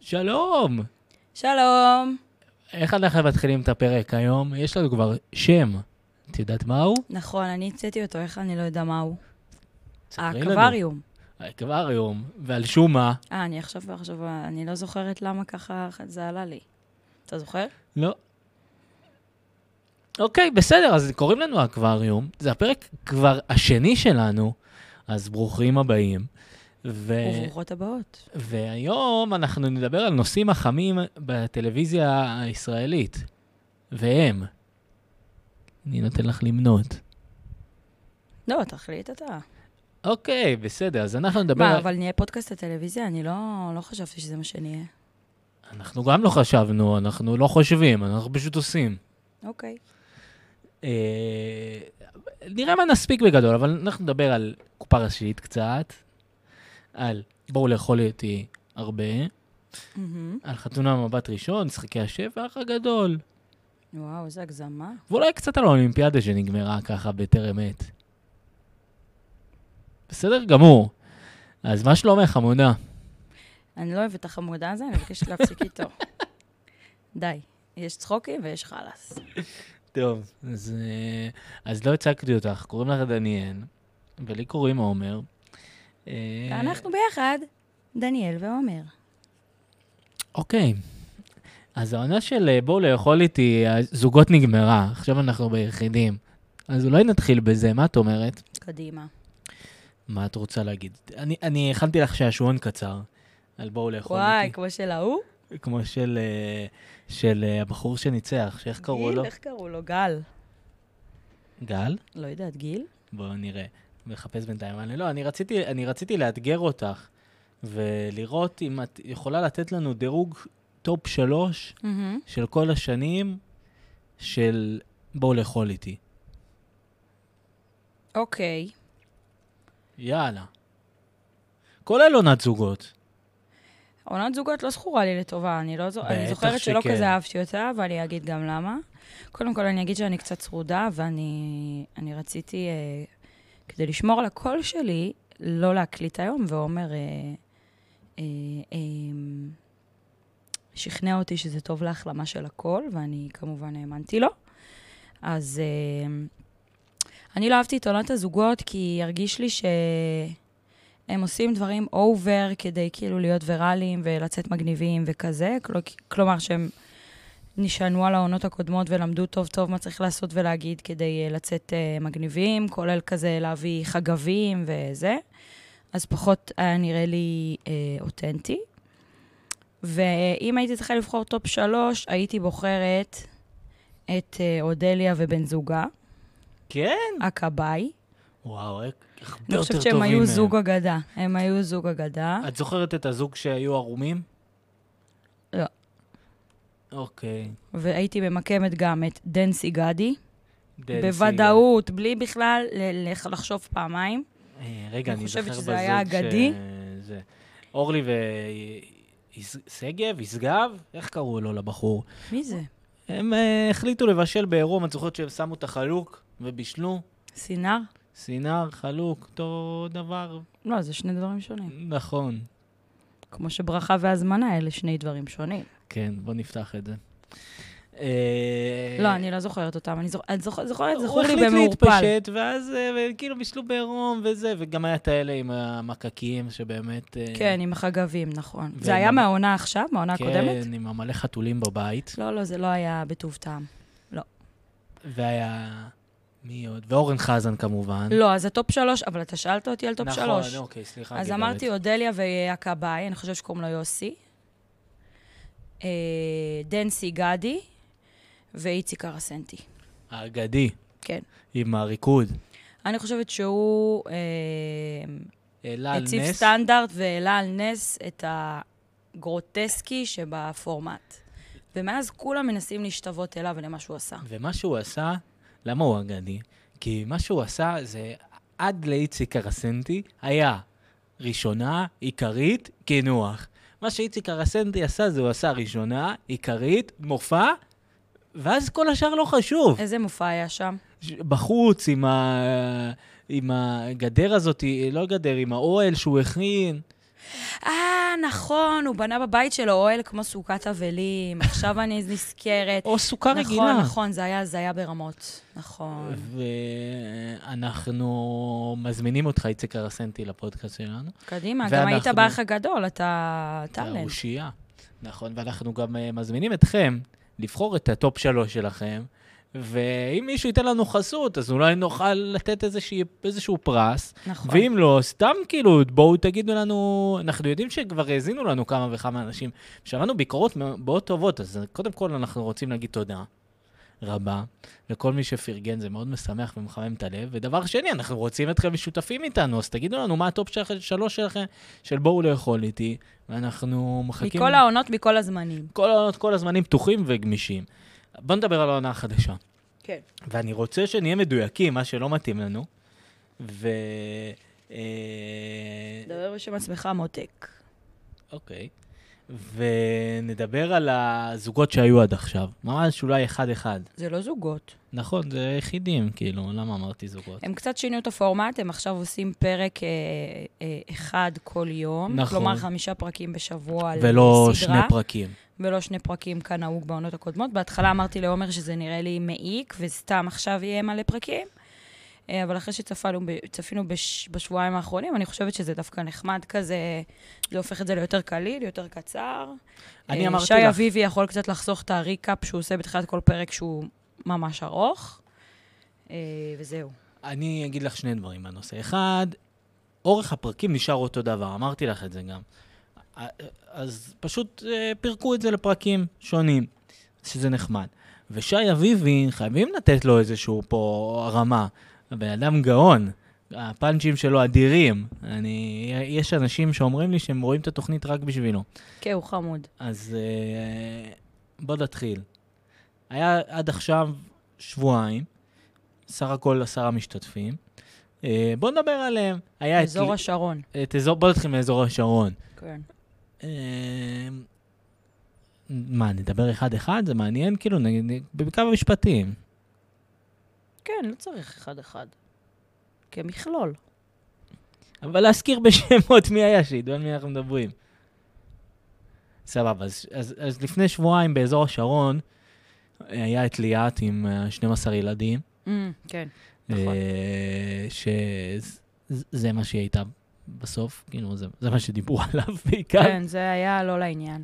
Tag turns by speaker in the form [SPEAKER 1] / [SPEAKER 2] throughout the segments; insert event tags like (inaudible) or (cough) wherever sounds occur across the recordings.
[SPEAKER 1] שלום!
[SPEAKER 2] שלום.
[SPEAKER 1] איך אנחנו מתחילים את הפרק היום? יש לנו כבר שם. את יודעת מהו?
[SPEAKER 2] נכון, אני המצאתי אותו, איך אני לא יודע מה הוא?
[SPEAKER 1] ספרי לנו.
[SPEAKER 2] האקווריום.
[SPEAKER 1] האקווריום, ועל שום מה.
[SPEAKER 2] אה, אני עכשיו, עכשיו, אני לא זוכרת למה ככה זה עלה לי. אתה זוכר?
[SPEAKER 1] לא. אוקיי, בסדר, אז קוראים לנו האקווריום. זה הפרק כבר השני שלנו, אז ברוכים הבאים. ו...
[SPEAKER 2] וברוכות הבאות.
[SPEAKER 1] והיום אנחנו נדבר על נושאים החמים בטלוויזיה הישראלית. והם. אני נותן לך למנות.
[SPEAKER 2] לא, תחליט אתה.
[SPEAKER 1] אוקיי, בסדר, אז אנחנו נדבר...
[SPEAKER 2] מה,
[SPEAKER 1] על-
[SPEAKER 2] אבל נהיה פודקאסט לטלוויזיה? אני לא- לא חשבתי שזה מה שנהיה.
[SPEAKER 1] אנחנו גם לא חשבנו, אנחנו לא חושבים, אנחנו פשוט עושים.
[SPEAKER 2] אוקיי.
[SPEAKER 1] אה, נראה מה נספיק בגדול, אבל אנחנו נדבר על קופה ראשית קצת, על בואו לאכול איתי הרבה,
[SPEAKER 2] מהמם.
[SPEAKER 1] על חתונה מבט ראשון, משחקי השבח הגדול,
[SPEAKER 2] וואו, איזה הגזמה.
[SPEAKER 1] ואולי קצת על האולימפיאדה שנגמרה ככה בטרם עת. בסדר גמור. אז מה שלומך, חמודה?
[SPEAKER 2] אני לא אוהבת את החמודה הזה, אני מבקשת להפסיק איתו.
[SPEAKER 1] (laughs)
[SPEAKER 2] די. יש צחוקים ויש חלאס.
[SPEAKER 1] אה. טוב. אז, אה, אז לא הצגתי אותך, קוראים לך דניאל, ולי קוראים עומר. אה,
[SPEAKER 2] אנחנו ביחד, דניאל ועומר.
[SPEAKER 1] אוקיי. אז העונה של אה, בואו לאכול איתי, הזוגות נגמרה, עכשיו אנחנו ביחידים. אז אולי נתחיל בזה, מה את אומרת?
[SPEAKER 2] קדימה.
[SPEAKER 1] מה את רוצה להגיד? אני, אני הכנתי לך שעשועון קצר על בואו לאכול
[SPEAKER 2] וואי,
[SPEAKER 1] איתי.
[SPEAKER 2] כמו של ההוא?
[SPEAKER 1] כמו של, אה, של אה, הבחור שניצח, שאיך קראו
[SPEAKER 2] גיל,
[SPEAKER 1] לו?
[SPEAKER 2] איך קראו לו? גל.
[SPEAKER 1] גל?
[SPEAKER 2] לא יודעת, גיל?
[SPEAKER 1] בואו נראה. מחפש בינתיים. אני לא, אני רציתי, אני רציתי לאתגר אותך ולראות אם את יכולה לתת לנו דירוג טופ שלוש של כל השנים של בואו לאכול איתי.
[SPEAKER 2] אוקיי.
[SPEAKER 1] יאללה. כולל עונת זוגות.
[SPEAKER 2] עונת זוגות לא זכורה לי לטובה, אני לא זוכרת, אני
[SPEAKER 1] בטח
[SPEAKER 2] זוכרת שלא
[SPEAKER 1] שכן.
[SPEAKER 2] כזה אהבתי אותה, אבל אני אגיד גם למה. קודם כל, אני אגיד שאני קצת צרודה, ואני אני רציתי, אה, כדי לשמור על הקול שלי, לא להקליט היום, ועומר אה, אה, אה, שכנע אותי שזה טוב להחלמה של הקול, ואני כמובן האמנתי לו. אז אה, אני לא אהבתי את עונת הזוגות, כי הרגיש לי ש... הם עושים דברים אובר כדי כאילו להיות ויראליים ולצאת מגניבים וכזה, כל... כלומר שהם נשענו על העונות הקודמות ולמדו טוב טוב מה צריך לעשות ולהגיד כדי אה, לצאת אה, מגניבים, כולל כזה להביא חגבים וזה. אז פחות היה נראה לי אה, אותנטי. ואם הייתי צריכה לבחור טופ שלוש, הייתי בוחרת את אה, אודליה ובן זוגה,
[SPEAKER 1] כן?
[SPEAKER 2] הכבאי.
[SPEAKER 1] וואו, הרבה יותר טובים
[SPEAKER 2] אני חושבת שהם היו
[SPEAKER 1] מהם.
[SPEAKER 2] זוג אגדה. הם היו זוג אגדה.
[SPEAKER 1] את זוכרת את הזוג שהיו ערומים?
[SPEAKER 2] לא.
[SPEAKER 1] אוקיי.
[SPEAKER 2] והייתי ממקמת גם את דנסי גדי,
[SPEAKER 1] דן
[SPEAKER 2] בוודאות, בלי בכלל ל- לח- לחשוב פעמיים.
[SPEAKER 1] סיגל. אה, רגע,
[SPEAKER 2] אני
[SPEAKER 1] אני זוכר
[SPEAKER 2] חושבת
[SPEAKER 1] בזוג ש...
[SPEAKER 2] שזה היה אגדי.
[SPEAKER 1] זה- אורלי ושגב, ישגב, איך קראו לו לבחור?
[SPEAKER 2] מי זה?
[SPEAKER 1] הם אה, החליטו לבשל בעירום, את זוכרת שהם שמו את החלוק ובישלו?
[SPEAKER 2] סינר?
[SPEAKER 1] סינר, חלוק, אותו דבר.
[SPEAKER 2] לא, זה שני דברים שונים.
[SPEAKER 1] נכון.
[SPEAKER 2] כמו שברכה והזמנה, אלה שני דברים שונים.
[SPEAKER 1] כן, בוא נפתח את זה. אה,
[SPEAKER 2] לא, אני לא זוכרת אותם, אני זוכ- את זוכ- זוכרת,
[SPEAKER 1] הוא
[SPEAKER 2] זכור לי
[SPEAKER 1] החליט
[SPEAKER 2] במעורפל.
[SPEAKER 1] להתפשט, ואז אה, וכאילו בישלו בעירום וזה, וגם היה את האלה עם המקקים, שבאמת... אה,
[SPEAKER 2] כן, עם החגבים, נכון.
[SPEAKER 1] ו-
[SPEAKER 2] זה היה מהעונה עכשיו, מהעונה הקודמת?
[SPEAKER 1] כן, עם המלא חתולים בבית.
[SPEAKER 2] לא, לא, זה לא היה בטוב טעם.
[SPEAKER 1] והיה... מי עוד? ואורן חזן כמובן.
[SPEAKER 2] לא, אז הטופ שלוש, אבל אתה שאלת אותי על טופ שלוש.
[SPEAKER 1] נכון, אוקיי, סליחה.
[SPEAKER 2] אז
[SPEAKER 1] גברת.
[SPEAKER 2] אמרתי אודליה והכבאי, אני חושב שקוראים לו יוסי. אה, דנסי גדי ואיציק הרסנטי.
[SPEAKER 1] האגדי,
[SPEAKER 2] כן.
[SPEAKER 1] עם הריקוד.
[SPEAKER 2] אני חושבת שהוא אה,
[SPEAKER 1] העלה על
[SPEAKER 2] הציב
[SPEAKER 1] נס.
[SPEAKER 2] סטנדרט והעלה על נס את הגרוטסקי שבפורמט. ומאז כולם מנסים להשתוות אליו ולמה שהוא עשה.
[SPEAKER 1] ומה שהוא עשה, למה הוא אגדי? כי מה שהוא עשה זה עד לאיציק הרסנטי היה ראשונה, עיקרית, קינוח. מה שאיציק הרסנטי עשה זה הוא עשה ראשונה, עיקרית, מופע, ואז כל השאר לא חשוב.
[SPEAKER 2] איזה מופע היה שם?
[SPEAKER 1] ש- בחוץ, עם, ה... אה, עם הגדר הזאת, לא גדר, עם האוהל שהוא הכין.
[SPEAKER 2] אה, נכון, הוא בנה בבית שלו אוהל כמו סוכת אבלים, עכשיו אני נזכרת.
[SPEAKER 1] או סוכה רגילה.
[SPEAKER 2] נכון, נכון, זה היה, זה היה ברמות, נכון.
[SPEAKER 1] ואנחנו מזמינים אותך, איציק הרסנטי, לפודקאסט שלנו.
[SPEAKER 2] קדימה, גם היית
[SPEAKER 1] ואנחנו-
[SPEAKER 2] באח הגדול, אתה טאלנט.
[SPEAKER 1] האושייה. נכון, ואנחנו גם אה, מזמינים אתכם לבחור את הטופ שלוש שלכם, ואם מישהו ייתן לנו חסות, אז אולי נוכל לתת איזושהי, איזשהו פרס,
[SPEAKER 2] נכון.
[SPEAKER 1] ואם לא, סתם כאילו, בואו תגידו לנו, אנחנו יודעים שכבר האזינו לנו כמה וכמה אנשים, שמענו ביקורות מאוד טובות, אז קודם כל אנחנו רוצים להגיד תודה. רבה, לכל מי שפרגן, זה מאוד משמח ומחמם את הלב. ודבר שני, אנחנו רוצים אתכם משותפים איתנו, אז תגידו לנו מה הטופ שלכם, שלוש שלכם, של בואו לאכול איתי, ואנחנו מחכים...
[SPEAKER 2] מכל העונות, מכל הזמנים.
[SPEAKER 1] כל העונות, כל הזמנים פתוחים וגמישים. בואו נדבר על העונה החדשה.
[SPEAKER 2] כן.
[SPEAKER 1] ואני רוצה שנהיה מדויקים, מה שלא מתאים לנו. ו... אה,
[SPEAKER 2] דבר בשם עצמך, מותק.
[SPEAKER 1] אוקיי. ונדבר על הזוגות שהיו עד עכשיו. ממש אולי אחד-אחד.
[SPEAKER 2] זה לא זוגות.
[SPEAKER 1] נכון, זה יחידים, כאילו, למה אמרתי זוגות?
[SPEAKER 2] הם קצת שינו את הפורמט, הם עכשיו עושים פרק אה, אה, אחד כל יום.
[SPEAKER 1] נכון.
[SPEAKER 2] כלומר, חמישה פרקים בשבוע על
[SPEAKER 1] ולא שני
[SPEAKER 2] סדרה.
[SPEAKER 1] פרקים.
[SPEAKER 2] ולא שני פרקים כנהוג בעונות הקודמות. בהתחלה אמרתי לעומר שזה נראה לי מעיק, וסתם עכשיו יהיה מלא פרקים. אה, אבל אחרי שצפינו ב- צפינו בש, בשבועיים האחרונים, אני חושבת שזה דווקא נחמד כזה, זה הופך את זה ליותר קליל, יותר קצר.
[SPEAKER 1] אני
[SPEAKER 2] אה,
[SPEAKER 1] אמרתי
[SPEAKER 2] שי
[SPEAKER 1] לך-
[SPEAKER 2] אביבי יכול קצת לחסוך את הריקאפ שהוא עושה בתחילת כל פרק שהוא ממש ארוך, אה, וזהו.
[SPEAKER 1] אני אגיד לך שני דברים בנושא. אחד, אורך הפרקים נשאר אותו דבר, אמרתי לך את זה גם. אז פשוט אה, פירקו את זה לפרקים שונים, שזה נחמד. ושי אביבי, חייבים לתת לו איזשהו פה הרמה. הבן אדם גאון, הפאנצ'ים שלו אדירים. אני, יש אנשים שאומרים לי שהם רואים את התוכנית רק בשבילו.
[SPEAKER 2] כן, הוא חמוד.
[SPEAKER 1] אז אה, בוא נתחיל. היה עד עכשיו שבועיים, סך הכל עשרה משתתפים. אה, בוא נדבר עליהם. היה את...
[SPEAKER 2] אזור השרון.
[SPEAKER 1] את אזור... בוא נתחיל מאזור השרון.
[SPEAKER 2] כן.
[SPEAKER 1] אה, מה, נדבר אחד-אחד? זה מעניין? כאילו, נגיד, בכמה משפטים.
[SPEAKER 2] כן, לא צריך אחד-אחד. כמכלול.
[SPEAKER 1] אבל להזכיר בשמות מי היה שידעו על מי אנחנו מדברים. סבבה, אז, אז, אז לפני שבועיים באזור השרון אה, היה את ליאת עם אה, 12 ילדים.
[SPEAKER 2] Mm, כן. נכון.
[SPEAKER 1] אה, שזה מה שהיא הייתה בסוף, כאילו, זה, זה מה שדיברו (laughs) עליו בעיקר. כן.
[SPEAKER 2] כן, זה היה לא לעניין.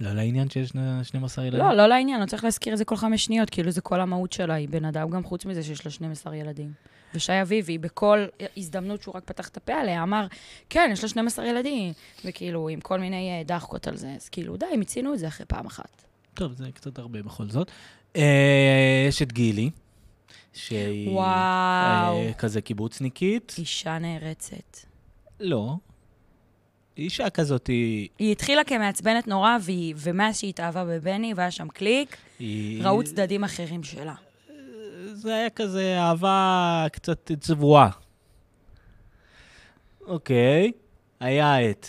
[SPEAKER 1] לא לעניין שיש שני- 12 ילדים.
[SPEAKER 2] לא, לא לעניין, לא צריך להזכיר את זה כל חמש שניות, כאילו זה כל המהות שלה, היא בן אדם גם חוץ מזה שיש לה 12 ילדים. ושי אביבי, בכל הזדמנות שהוא רק פתח את הפה עליה, אמר, כן, יש לה 12 ילדים, וכאילו, עם כל מיני אה, דחקות על זה, אז כאילו, די, מיצינו את זה אחרי פעם אחת.
[SPEAKER 1] טוב, זה קצת הרבה בכל זאת. אה, יש את גילי, שהיא...
[SPEAKER 2] וואו.
[SPEAKER 1] אה, כזה קיבוצניקית.
[SPEAKER 2] אישה נערצת.
[SPEAKER 1] לא. אישה כזאת היא...
[SPEAKER 2] היא התחילה כמעצבנת נורא, והיא- ומאז שהיא התאהבה בבני, והיה שם קליק,
[SPEAKER 1] היא-
[SPEAKER 2] ראו צדדים אחרים שלה.
[SPEAKER 1] זה היה כזה אהבה קצת צבועה. אוקיי, היה את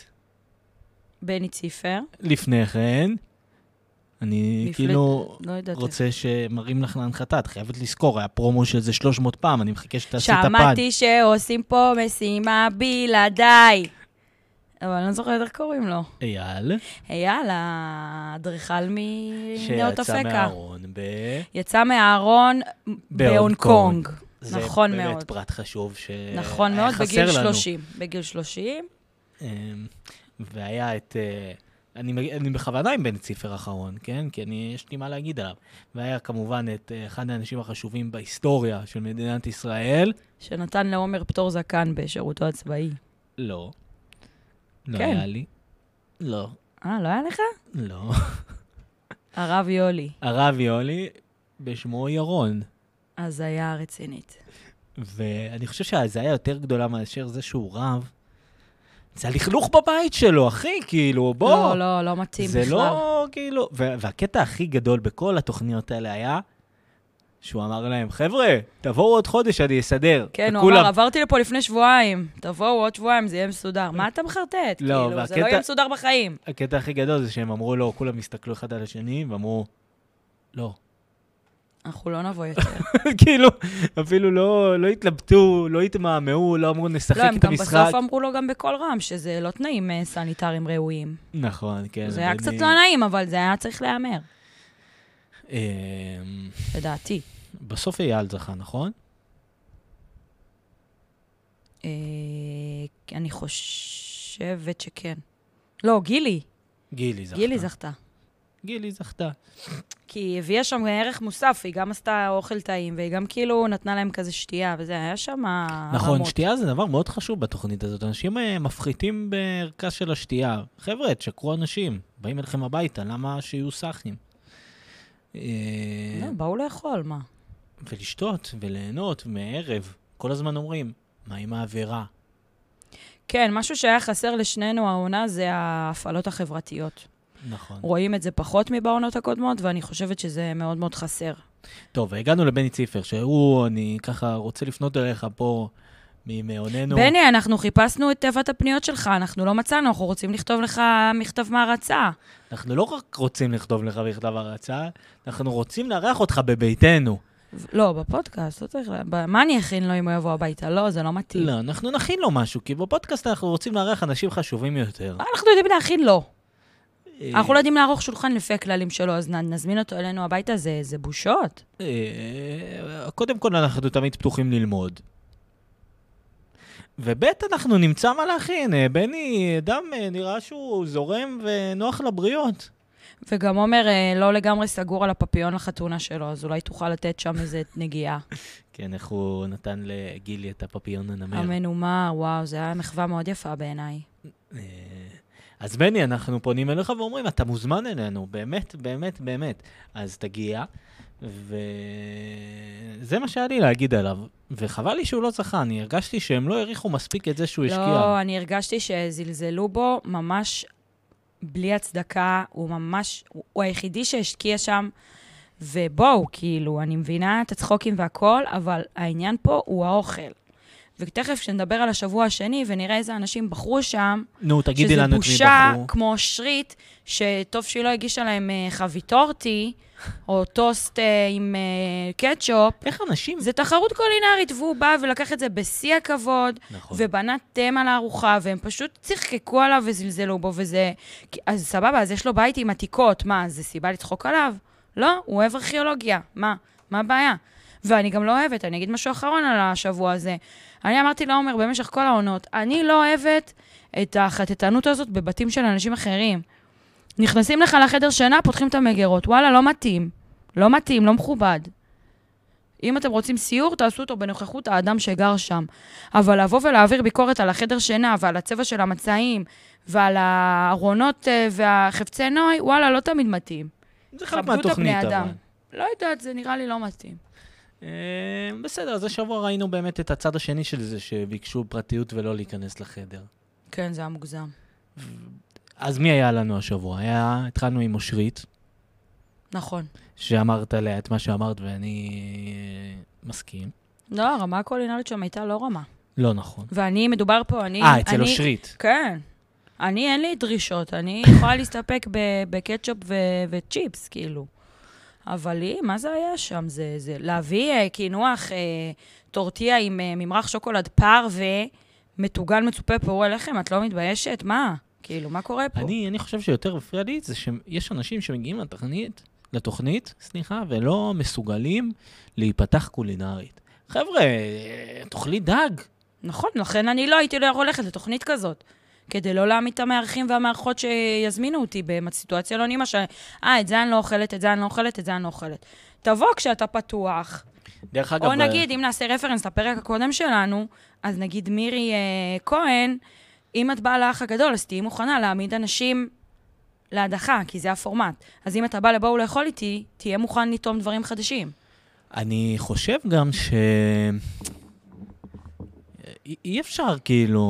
[SPEAKER 2] בני ציפר,
[SPEAKER 1] לפני כן. אני
[SPEAKER 2] מפלט-
[SPEAKER 1] כאילו
[SPEAKER 2] לא יודעת איך.
[SPEAKER 1] רוצה שמראים לך להנחתה, את חייבת לזכור, היה פרומו של זה 300 פעם, אני מחכה שתעשי את הפאד.
[SPEAKER 2] שמעתי שעושים פה משימה בלעדיי. אבל אני לא זוכרת איך קוראים לו.
[SPEAKER 1] אייל,
[SPEAKER 2] אייל, האדריכל מנאות
[SPEAKER 1] שיצא
[SPEAKER 2] אפקה.
[SPEAKER 1] מהארון ב...
[SPEAKER 2] יצא מהארון בהונג קונג. נכון
[SPEAKER 1] זה
[SPEAKER 2] מאוד.
[SPEAKER 1] באמת אה, פרט חשוב שחסר לנו.
[SPEAKER 2] נכון מאוד, בגיל 30. בגיל 30.
[SPEAKER 1] אמ, והיה את... אה, אני, מג- אני בכוונה עם בן ציפר אחרון, כן? כי אני, יש לי מה להגיד עליו. והיה כמובן את אה, אחד האנשים החשובים בהיסטוריה של מדינת ישראל.
[SPEAKER 2] שנתן לעומר פטור זקן בשירותו הצבאי.
[SPEAKER 1] לא. לא
[SPEAKER 2] כן.
[SPEAKER 1] היה לי. לא.
[SPEAKER 2] אה, לא היה לך?
[SPEAKER 1] לא.
[SPEAKER 2] הרב יולי.
[SPEAKER 1] הרב יולי, בשמו ירון.
[SPEAKER 2] אז היה רצינית.
[SPEAKER 1] ואני חושב שההזיה יותר גדולה מאשר זה שהוא רב, זה הלכלוך בבית שלו, אחי, כאילו, בוא.
[SPEAKER 2] לא, לא, לא מתאים
[SPEAKER 1] זה
[SPEAKER 2] בכלל.
[SPEAKER 1] לא כאילו... ו- והקטע הכי גדול בכל התוכניות האלה היה שהוא אמר להם, חבר'ה, תבואו עוד חודש, אני אסדר.
[SPEAKER 2] כן, הוא
[SPEAKER 1] וכולם-
[SPEAKER 2] אמר, עברתי לפה לפני שבועיים, תבואו עוד שבועיים, זה יהיה מסודר. מה אתה מחרטט?
[SPEAKER 1] לא,
[SPEAKER 2] כאילו, זה
[SPEAKER 1] והקטע-
[SPEAKER 2] לא יהיה מסודר בחיים.
[SPEAKER 1] הקטע הכי גדול זה שהם אמרו לו, כולם הסתכלו אחד על השני, ואמרו, לא,
[SPEAKER 2] אנחנו לא נבוא יותר.
[SPEAKER 1] (laughs) כאילו, אפילו לא, לא התלבטו, לא התמהמהו, לא אמרו נשחק
[SPEAKER 2] לא, הם
[SPEAKER 1] את
[SPEAKER 2] גם
[SPEAKER 1] המשחק.
[SPEAKER 2] בסוף אמרו לו גם בקול רם, שזה לא תנאים אה, סניטריים ראויים.
[SPEAKER 1] נכון, כן.
[SPEAKER 2] זה היה
[SPEAKER 1] ואני-
[SPEAKER 2] קצת לא נעים, אבל זה היה צריך להיאמר,
[SPEAKER 1] אמ,
[SPEAKER 2] לדעתי.
[SPEAKER 1] בסוף אייל זכה, נכון?
[SPEAKER 2] אה, אני חושבת שכן. לא, גילי.
[SPEAKER 1] גילי זכתה.
[SPEAKER 2] גילי זכתה.
[SPEAKER 1] גילי זכתה.
[SPEAKER 2] כי היא הביאה שם ערך מוסף, היא גם עשתה אוכל טעים, והיא גם כאילו נתנה להם כזה שתייה, וזה היה שם...
[SPEAKER 1] נכון,
[SPEAKER 2] רמות.
[SPEAKER 1] שתייה זה דבר מאוד חשוב בתוכנית הזאת. אנשים אה, מפחיתים בערכה של השתייה. חבר'ה, תשקרו אנשים, באים אליכם הביתה, למה שיהיו סאחים? אה,
[SPEAKER 2] לא, באו לאכול, מה?
[SPEAKER 1] ולשתות וליהנות מערב. כל הזמן אומרים, מה עם האווירה?
[SPEAKER 2] כן, משהו שהיה חסר לשנינו העונה זה ההפעלות החברתיות.
[SPEAKER 1] נכון.
[SPEAKER 2] רואים את זה פחות מבעונות הקודמות, ואני חושבת שזה מאוד מאוד חסר.
[SPEAKER 1] טוב, הגענו לבני ציפר, שהוא, אני ככה רוצה לפנות אליך פה ממעוננו.
[SPEAKER 2] בני, אנחנו חיפשנו את תיבת הפניות שלך, אנחנו לא מצאנו, אנחנו רוצים לכתוב לך מכתב מהרצה.
[SPEAKER 1] אנחנו לא רק רוצים לכתוב לך בכתב הרצאה, אנחנו רוצים לארח אותך בביתנו.
[SPEAKER 2] ו- לא, בפודקאסט, לא צריך... ל- ב- מה אני אכין לו אם הוא יבוא הביתה? לא, זה לא מתאים.
[SPEAKER 1] לא, אנחנו נכין לו משהו, כי בפודקאסט אנחנו רוצים לארח אנשים חשובים יותר.
[SPEAKER 2] מה אנחנו יודעים להכין לו?
[SPEAKER 1] אה,
[SPEAKER 2] אנחנו לא יודעים לערוך שולחן לפי הכללים שלו, אז נ- נזמין אותו אלינו הביתה, זה, זה בושות.
[SPEAKER 1] אה, קודם כל, אנחנו תמיד פתוחים ללמוד. וב' אנחנו נמצא מה להכין. אה, בני, אדם אה, נראה שהוא זורם ונוח לבריות.
[SPEAKER 2] וגם עומר אה, לא לגמרי סגור על הפפיון לחתונה שלו, אז אולי תוכל לתת שם איזה
[SPEAKER 1] (laughs)
[SPEAKER 2] נגיעה.
[SPEAKER 1] כן, איך הוא נתן לגילי את הפפיון הנמר.
[SPEAKER 2] המנומר, וואו, זו הייתה מחווה מאוד יפה בעיניי.
[SPEAKER 1] אה, אז בני, אנחנו פונים אליך ואומרים, אתה מוזמן אלינו, באמת, באמת, באמת. אז תגיע, וזה מה שהיה לי להגיד עליו. וחבל לי שהוא לא זכה, אני הרגשתי שהם לא העריכו מספיק את זה שהוא השקיע.
[SPEAKER 2] לא, אני הרגשתי שזלזלו בו ממש בלי הצדקה, הוא ממש, הוא- הוא היחידי שהשקיע שם, ובואו, כאילו, אני מבינה את הצחוקים והכול, אבל העניין פה הוא האוכל. ותכף כשנדבר על השבוע השני ונראה איזה אנשים בחרו שם,
[SPEAKER 1] נו, תגידי
[SPEAKER 2] שזה
[SPEAKER 1] לנו את מי
[SPEAKER 2] בושה
[SPEAKER 1] בחרו.
[SPEAKER 2] כמו שרית, שטוב שהיא לא הגישה להם אה, חבית טורטי, או טוסט אה, עם אה, קטשופ.
[SPEAKER 1] איך אנשים...
[SPEAKER 2] זה תחרות קולינרית, והוא בא ולקח את זה בשיא הכבוד,
[SPEAKER 1] נכון.
[SPEAKER 2] ובנה תמה לארוחה, והם פשוט צחקקו עליו וזלזלו בו, וזה... כי- אז סבבה, אז יש לו בית עם עתיקות, מה, זה סיבה לצחוק עליו? לא, הוא אוהב ארכיאולוגיה, מה? מה הבעיה? ואני גם לא אוהבת, אני אגיד משהו אחרון על השבוע הזה. אני אמרתי לעומר במשך כל העונות, אני לא אוהבת את החטטנות הזאת בבתים של אנשים אחרים. נכנסים לך לחדר שינה, פותחים את המגירות. וואלה, לא מתאים. לא מתאים, לא מכובד. אם אתם רוצים סיור, תעשו אותו בנוכחות האדם שגר שם. אבל לבוא ולהעביר ביקורת על החדר שינה ועל הצבע של המצעים ועל הארונות אה, והחפצי נוי, וואלה, לא תמיד מתאים.
[SPEAKER 1] זה חלק
[SPEAKER 2] כבדו את
[SPEAKER 1] מהתוכנית,
[SPEAKER 2] הבני
[SPEAKER 1] אבל.
[SPEAKER 2] אדם. לא יודעת, זה נראה לי לא מתאים.
[SPEAKER 1] אה, בסדר, אז השבוע ראינו באמת את הצד השני של זה, שביקשו פרטיות ולא להיכנס לחדר.
[SPEAKER 2] כן, זה היה מוגזם.
[SPEAKER 1] אז מי היה לנו השבוע? היה, התחלנו עם אושרית,
[SPEAKER 2] נכון.
[SPEAKER 1] שאמרת עליה את מה שאמרת, ואני אה, מסכים.
[SPEAKER 2] לא, הרמה הקולינרית שם הייתה לא רמה.
[SPEAKER 1] לא נכון.
[SPEAKER 2] ואני, מדובר פה, אני...
[SPEAKER 1] אה, אצל
[SPEAKER 2] אני-
[SPEAKER 1] אושרית.
[SPEAKER 2] כן. אני, אין לי דרישות, אני יכולה להסתפק ב- בקטשופ ו- וצ'יפס, כאילו. אבל היא, מה זה היה שם? זה, זה להביא אה, קינוח, אה, טורטיה עם אה, ממרח שוקולד פרווה, מטוגן מצופה פעורי לחם, את לא מתביישת? מה? כאילו, מה קורה פה?
[SPEAKER 1] אני, אני חושב שיותר מפריע לי זה שיש אנשים שמגיעים לתוכנית, לתוכנית, סליחה, ולא מסוגלים להיפתח קולינרית. חבר'ה, אה, תאכלי דג.
[SPEAKER 2] נכון, לכן אני לא הייתי לא הולכת לתוכנית כזאת. כדי לא להעמיד את המארחים והמארחות שיזמינו אותי בסיטואציה לא נעימה, ש... אה, את זה אני לא אוכלת, את זה אני לא אוכלת, את זה אני לא אוכלת. תבוא כשאתה פתוח,
[SPEAKER 1] דרך אגב...
[SPEAKER 2] או
[SPEAKER 1] אה,
[SPEAKER 2] נגיד, אם נעשה רפרנס לפרק הקודם שלנו, אז נגיד מירי אה, כהן, אם את באה לאח הגדול, אז תהיי מוכנה להעמיד אנשים להדחה, כי זה הפורמט. אז אם אתה בא לבואו לאכול איתי, תהיה מוכן לטעום דברים חדשים.
[SPEAKER 1] אני חושב גם ש... אי- אי אפשר כאילו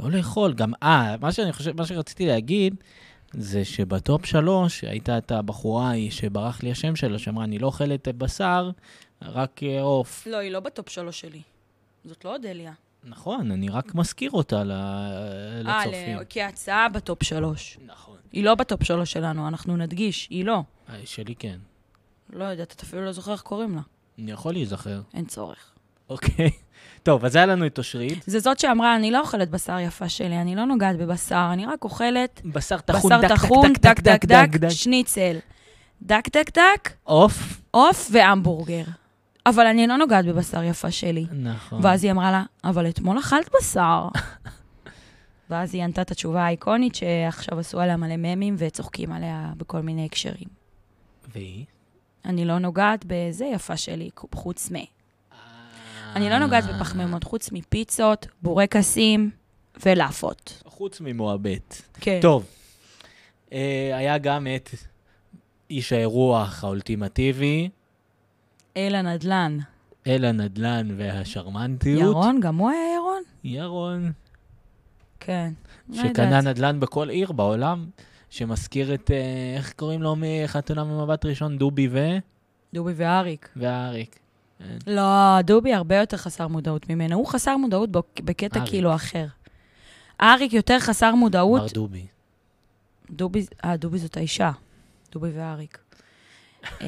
[SPEAKER 1] לא לאכול. גם, אה, מה שאני חושב, מה שרציתי להגיד זה שבטופ שלוש הייתה את הבחורה ההיא שברח לי השם שלה, שאמרה, אני לא אוכלת בשר, רק אה, עוף.
[SPEAKER 2] לא, היא לא בטופ שלוש שלי. זאת לא אודליה.
[SPEAKER 1] נכון, אני רק מזכיר אותה ל-
[SPEAKER 2] אה,
[SPEAKER 1] לצופים.
[SPEAKER 2] ל- כי ההצעה בטופ שלוש.
[SPEAKER 1] נכון.
[SPEAKER 2] היא לא בטופ שלוש שלנו, אנחנו נדגיש, היא לא.
[SPEAKER 1] אה, שלי כן.
[SPEAKER 2] לא יודעת, את אפילו לא זוכר איך קוראים לה.
[SPEAKER 1] אני יכול להיזכר.
[SPEAKER 2] אין צורך.
[SPEAKER 1] אוקיי. (laughs) טוב, אז היה לנו את אושרית.
[SPEAKER 2] זה זאת שאמרה, אני לא אוכלת בשר יפה שלי, אני לא נוגעת בבשר, אני רק אוכלת
[SPEAKER 1] בשר טחון,
[SPEAKER 2] בשר טחון, דק דק דק דק, שניצל. דק דק דק,
[SPEAKER 1] עוף.
[SPEAKER 2] עוף והמבורגר. אבל אני לא נוגעת בבשר יפה שלי.
[SPEAKER 1] נכון.
[SPEAKER 2] ואז היא אמרה לה, אבל אתמול אכלת (laughs) בשר. ואז היא ענתה את התשובה האיקונית שעכשיו עשו עליה מלא ממים וצוחקים עליה בכל מיני הקשרים.
[SPEAKER 1] והיא?
[SPEAKER 2] אני לא נוגעת בזה יפה שלי, חוץ מ... אני לא נוגעת בפחמימות, חוץ מפיצות, בורקסים ולאפות.
[SPEAKER 1] אה, חוץ ממועבט.
[SPEAKER 2] כן.
[SPEAKER 1] טוב, אה, היה גם את איש האירוח האולטימטיבי,
[SPEAKER 2] אל הנדלן.
[SPEAKER 1] אל הנדלן והשרמנטיות.
[SPEAKER 2] ירון, גם הוא היה ירון?
[SPEAKER 1] ירון,
[SPEAKER 2] כן. לא
[SPEAKER 1] שקנה
[SPEAKER 2] יודעת.
[SPEAKER 1] נדלן בכל עיר בעולם, שמזכיר את, אה, איך קוראים לו מחתונה ממבט ראשון? דובי ו...
[SPEAKER 2] דובי ואריק.
[SPEAKER 1] והאריק. אה,
[SPEAKER 2] לא, דובי הרבה יותר חסר מודעות ממנו. הוא חסר מודעות בו- בקטע
[SPEAKER 1] אריק.
[SPEAKER 2] כאילו אחר. אריק יותר חסר מודעות.
[SPEAKER 1] מר דובי.
[SPEAKER 2] דובי, אה, דובי זאת האישה. דובי ואריק.
[SPEAKER 1] (laughs)
[SPEAKER 2] אה,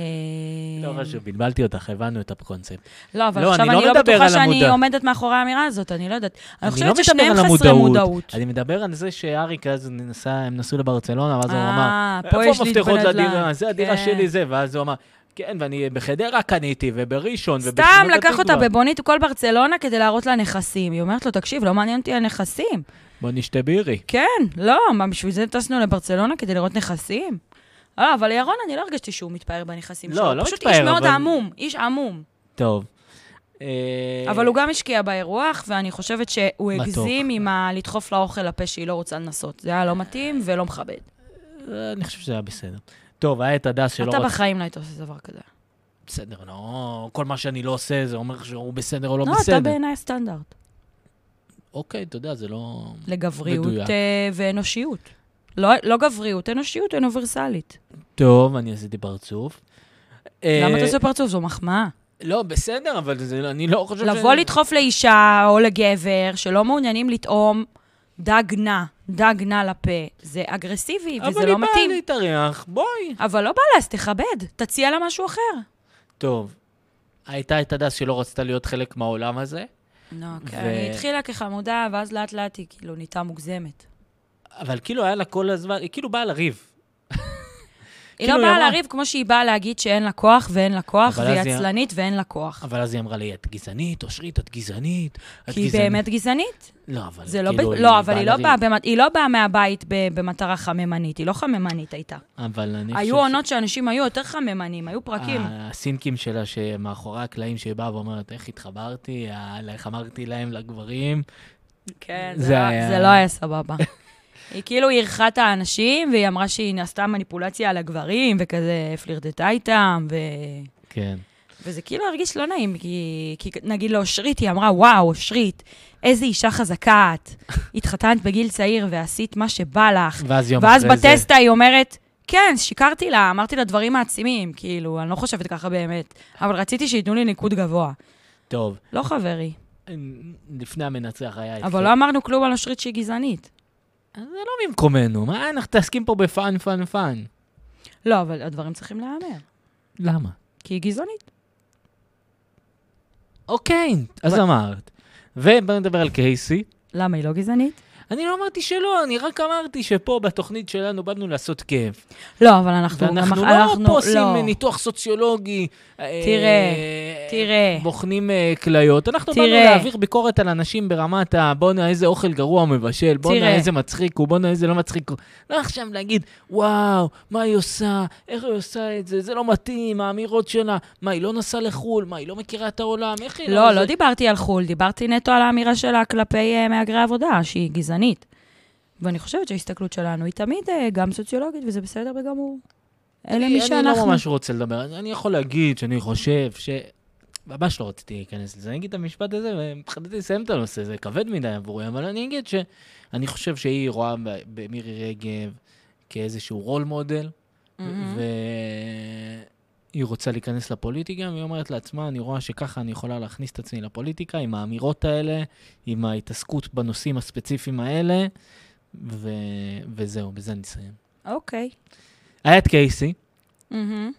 [SPEAKER 1] לא חשוב, בלבלתי אותך, הבנו את הקונספט.
[SPEAKER 2] לא, אבל
[SPEAKER 1] לא,
[SPEAKER 2] עכשיו
[SPEAKER 1] אני
[SPEAKER 2] אני
[SPEAKER 1] לא
[SPEAKER 2] לא
[SPEAKER 1] מדבר
[SPEAKER 2] בטוחה
[SPEAKER 1] על
[SPEAKER 2] שאני
[SPEAKER 1] המודע.
[SPEAKER 2] עומדת מאחורי האמירה הזאת, אני לא יודעת. אני
[SPEAKER 1] לא
[SPEAKER 2] חושבת
[SPEAKER 1] מדבר
[SPEAKER 2] ששניהם
[SPEAKER 1] על
[SPEAKER 2] חסרי
[SPEAKER 1] המודעות.
[SPEAKER 2] מודעות.
[SPEAKER 1] אני מדבר על זה שאריק אז נסע, הם נסעו לברצלונה, ואז הוא אמר,
[SPEAKER 2] אה, פה יש
[SPEAKER 1] איפה
[SPEAKER 2] לי
[SPEAKER 1] המפתחות
[SPEAKER 2] את
[SPEAKER 1] לדירה? זה הדירה
[SPEAKER 2] כן.
[SPEAKER 1] שלי, זה. ואז הוא אמר, כן, ואני בחדרה קניתי, ובראשון,
[SPEAKER 2] סתם
[SPEAKER 1] ובשכונות
[SPEAKER 2] לקח אותה
[SPEAKER 1] התקווה."
[SPEAKER 2] בבונית כל ברצלונה כדי להראות לה נכסים. היא אומרת לו, תקשיב, לא מעניין אותי הנכסים.
[SPEAKER 1] בוא נשתה בירי.
[SPEAKER 2] כן, לא, מה, בשביל זה טסנו לברצלונה כדי לראות נכסים? לא, אבל ירון, אני לא הרגשתי שהוא מתפאר בנכסים
[SPEAKER 1] לא,
[SPEAKER 2] שלו.
[SPEAKER 1] לא
[SPEAKER 2] פשוט
[SPEAKER 1] מתפאר,
[SPEAKER 2] איש מאוד
[SPEAKER 1] אבל-
[SPEAKER 2] עמום, איש עמום.
[SPEAKER 1] טוב. אה,
[SPEAKER 2] אבל הוא גם השקיע באירוח, ואני חושבת שהוא
[SPEAKER 1] מתוק.
[SPEAKER 2] הגזים עם ה- לדחוף לה אוכל לפה שהיא לא רוצה לנסות. זה היה לא מתאים ולא מכבד.
[SPEAKER 1] אה, אני חושב שזה היה בסדר. טוב, היה את הדס שלא
[SPEAKER 2] אתה
[SPEAKER 1] רצה...
[SPEAKER 2] בחיים לא היית עושה דבר כזה.
[SPEAKER 1] בסדר, לא, כל מה שאני לא עושה, זה אומר שהוא בסדר או לא
[SPEAKER 2] לא,
[SPEAKER 1] בסדר.
[SPEAKER 2] אתה בעיניי סטנדרט.
[SPEAKER 1] אוקיי, אתה יודע, זה לא... מדויק.
[SPEAKER 2] לגבריות אה, ואנושיות. לא לא גבריות, אנושיות אוניברסלית.
[SPEAKER 1] טוב, אני עשיתי פרצוף.
[SPEAKER 2] למה
[SPEAKER 1] אה,
[SPEAKER 2] אתה עושה פרצוף? זו מחמאה.
[SPEAKER 1] לא, בסדר, אבל זה- אני לא חושב ש...
[SPEAKER 2] לבוא לדחוף לאישה או לגבר שלא מעוניינים לטעום דג נע, דג נע לפה, זה אגרסיבי וזה לא
[SPEAKER 1] אבל היא
[SPEAKER 2] מתאים.
[SPEAKER 1] באה להתארח, בואי.
[SPEAKER 2] אבל לא בא לה, אז תכבד, תציע לה משהו אחר.
[SPEAKER 1] טוב, הייתה את הדס שלא רצתה להיות חלק מהעולם הזה,
[SPEAKER 2] לא,
[SPEAKER 1] ו-
[SPEAKER 2] כן, היא התחילה כחמודה, ואז לאט לאט היא כאילו נהייתה מוגזמת.
[SPEAKER 1] אבל כאילו היה לה כל הזמן, היא כאילו באה לריב.
[SPEAKER 2] היא
[SPEAKER 1] כאילו,
[SPEAKER 2] לא
[SPEAKER 1] היא
[SPEAKER 2] באה
[SPEAKER 1] אמרה-
[SPEAKER 2] לריב כמו שהיא באה להגיד שאין לה כוח ואין לה כוח,
[SPEAKER 1] אבל אז
[SPEAKER 2] והיא
[SPEAKER 1] היא-
[SPEAKER 2] עצלנית ואין לה כוח.
[SPEAKER 1] אבל אז היא אמרה לי, את גזענית, אושרית, את גזענית. את
[SPEAKER 2] כי היא
[SPEAKER 1] גזענית."
[SPEAKER 2] באמת גזענית.
[SPEAKER 1] לא, אבל
[SPEAKER 2] זה לא, ב...
[SPEAKER 1] כאילו,
[SPEAKER 2] לא, אבל היא לא,
[SPEAKER 1] לריב.
[SPEAKER 2] באה במת... היא לא באה מהבית ב... במטרה חממנית, היא לא חממנית הייתה.
[SPEAKER 1] אבל אני
[SPEAKER 2] היו
[SPEAKER 1] ש-
[SPEAKER 2] עונות שאנשים היו יותר חממנים, היו פרקים.
[SPEAKER 1] הסינקים שלה שמאחורי הקלעים שהיא באה ואומרת, איך התחברתי, יאללה, איך אמרתי להם לגברים.
[SPEAKER 2] כן,
[SPEAKER 1] זה
[SPEAKER 2] זה, לא-
[SPEAKER 1] היה-
[SPEAKER 2] זה לא היה
[SPEAKER 1] (laughs)
[SPEAKER 2] סבבה. היא כאילו אירחה את האנשים, והיא אמרה שהיא עשתה מניפולציה על הגברים, וכזה פלירטטה איתם, ו...
[SPEAKER 1] כן.
[SPEAKER 2] וזה כאילו הרגיש לא נעים, כי, כי נגיד לאושרית, היא אמרה, וואו, אושרית, איזה אישה חזקה את. התחתנת בגיל צעיר ועשית מה שבא לך.
[SPEAKER 1] ואז יום
[SPEAKER 2] ואז
[SPEAKER 1] אחרי זה...
[SPEAKER 2] בטסטה היא אומרת, כן, שיקרתי לה, אמרתי לה דברים מעצימים, כאילו, אני לא חושבת ככה באמת, אבל רציתי שייתנו לי ניקוד גבוה.
[SPEAKER 1] טוב,
[SPEAKER 2] לא חברי.
[SPEAKER 1] לפני המנצח היה... את
[SPEAKER 2] אבל לא אמרנו כלום על אושרית שהיא גזענית.
[SPEAKER 1] אז זה לא במקומנו, מה, אנחנו מתעסקים פה בפאן, פאן, פאן.
[SPEAKER 2] לא, אבל הדברים צריכים להיאמר,
[SPEAKER 1] למה?
[SPEAKER 2] כי היא גזענית.
[SPEAKER 1] אוקיי, אז אמרת. ובואו נדבר על קייסי.
[SPEAKER 2] למה היא לא גזענית?
[SPEAKER 1] אני לא אמרתי שלא, אני רק אמרתי שפה בתוכנית שלנו באנו לעשות כיף.
[SPEAKER 2] לא, אבל אנחנו...
[SPEAKER 1] ואנחנו
[SPEAKER 2] גם-
[SPEAKER 1] לא
[SPEAKER 2] אנחנו-
[SPEAKER 1] פה עושים
[SPEAKER 2] לא.
[SPEAKER 1] ניתוח סוציולוגי. אה,
[SPEAKER 2] תראה, תראה.
[SPEAKER 1] בוחנים אה, כליות. אנחנו באנו
[SPEAKER 2] תראה.
[SPEAKER 1] להעביר ביקורת על אנשים ברמת ה... בואנה איזה אוכל גרוע הוא מבשל, בואנה
[SPEAKER 2] תראה.
[SPEAKER 1] איזה מצחיק הוא, בואנה איזה לא מצחיק הוא. לא עכשיו להגיד, וואו, מה היא עושה, איך היא עושה את זה, זה לא מתאים, האמירות שלה. מה, היא לא נסעה לחו"ל? מה, היא לא מכירה את העולם? איך היא
[SPEAKER 2] לא,
[SPEAKER 1] זה?"
[SPEAKER 2] לא דיברתי על חו"ל, דיברתי נטו על האמירה שלה כלפי אה, מהגרי עבודה, שהיא גזענית. ואני חושבת שההסתכלות שלנו היא תמיד אה, גם סוציולוגית, וזה בסדר בגמור. אלה מי
[SPEAKER 1] אני לא
[SPEAKER 2] שאנחנו...
[SPEAKER 1] ממש רוצה לדבר, אני- אני יכול להגיד שאני חושב ש... ממש לא רציתי להיכנס לזה, אני אגיד את המשפט הזה, ומבחינתי לסיים את הנושא, זה כבד מדי עבורי, אבל אני אגיד שאני חושב שהיא רואה ב- במירי רגב כאיזשהו רול מודל,
[SPEAKER 2] מהמם.
[SPEAKER 1] והיא רוצה להיכנס לפוליטיקה, והיא אומרת לעצמה, אני רואה שככה אני יכולה להכניס את עצמי לפוליטיקה, עם האמירות האלה, עם ההתעסקות בנושאים הספציפיים האלה, ו... וזהו, בזה אני אסיים.
[SPEAKER 2] אוקיי.
[SPEAKER 1] היה את קייסי,
[SPEAKER 2] מהמם.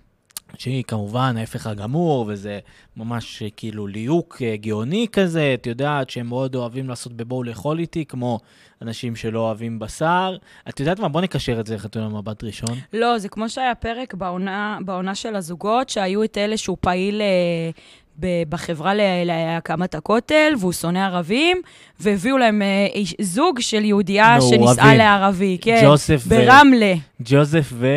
[SPEAKER 1] שהיא כמובן ההפך הגמור, וזה ממש אה, כאילו ליהוק אה, גאוני כזה, את יודעת שהם מאוד אוהבים לעשות בבואו לאכול איתי, כמו אנשים שלא אוהבים בשר. את יודעת מה? בוא נקשר את זה לחתונה מבט ראשון.
[SPEAKER 2] לא, זה כמו שהיה פרק בעונה, בעונה של הזוגות, שהיו את אלה שהוא פעיל אה, ב- בחברה ל- להקמת הכותל, והוא שונא ערבים, והביאו להם אה, איש- זוג של יהודייה
[SPEAKER 1] מעורבים.
[SPEAKER 2] שנישאה לערבי, כן.
[SPEAKER 1] ג'וסף ו- כן,
[SPEAKER 2] ברמלה.
[SPEAKER 1] ג'וזף ו...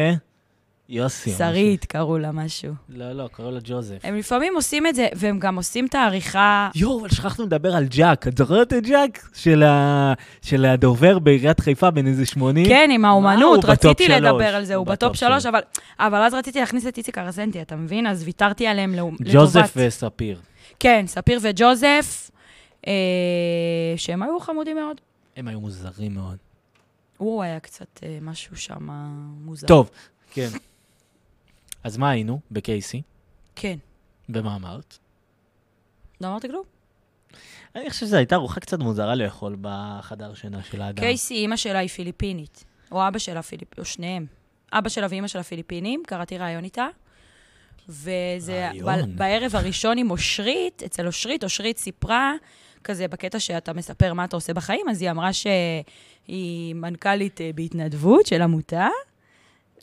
[SPEAKER 1] יוסי. או משהו.
[SPEAKER 2] שרית קראו לה משהו.
[SPEAKER 1] לא, לא, קראו לה ג'וזף.
[SPEAKER 2] הם לפעמים עושים את זה, והם גם עושים את העריכה...
[SPEAKER 1] יואו, אבל שכחנו לדבר על ג'אק. את זוכרת את ג'אק? של, ה... של הדובר בעיריית חיפה, בן איזה 80?
[SPEAKER 2] כן, עם
[SPEAKER 1] הוא
[SPEAKER 2] האומנות,
[SPEAKER 1] בטופ
[SPEAKER 2] רציתי
[SPEAKER 1] שלוש?
[SPEAKER 2] לדבר על זה, הוא
[SPEAKER 1] הוא
[SPEAKER 2] בטופ
[SPEAKER 1] בטופ
[SPEAKER 2] שלוש,
[SPEAKER 1] שלוש.
[SPEAKER 2] אבל אבל אז רציתי להכניס את איציק ארזנטי, אתה מבין? אז ויתרתי עליהם לאו- לטובת...
[SPEAKER 1] ג'וזף וספיר.
[SPEAKER 2] כן, ספיר וג'וזף, אה, שהם היו חמודים מאוד.
[SPEAKER 1] הם היו מוזרים מאוד.
[SPEAKER 2] הוא היה קצת אה, משהו שם מוזר.
[SPEAKER 1] טוב, כן. אז מה היינו בקייסי?
[SPEAKER 2] כן.
[SPEAKER 1] ומה אמרת?
[SPEAKER 2] לא אמרת כלום?
[SPEAKER 1] אני חושב שזו הייתה ארוחה קצת מוזרה לאכול בחדר שינה של האדם.
[SPEAKER 2] קייסי, אימא שלה היא פיליפינית, או אבא שלה פיליפ... או שניהם. אבא שלה ואימא שלה פיליפינים, קראתי ראיון איתה. וזה
[SPEAKER 1] ראיון.
[SPEAKER 2] ב- בערב הראשון עם אושרית, אצל אושרית, אושרית סיפרה, כזה בקטע שאתה מספר מה אתה עושה בחיים, אז היא אמרה שהיא מנכ"לית אה, בהתנדבות של עמותה,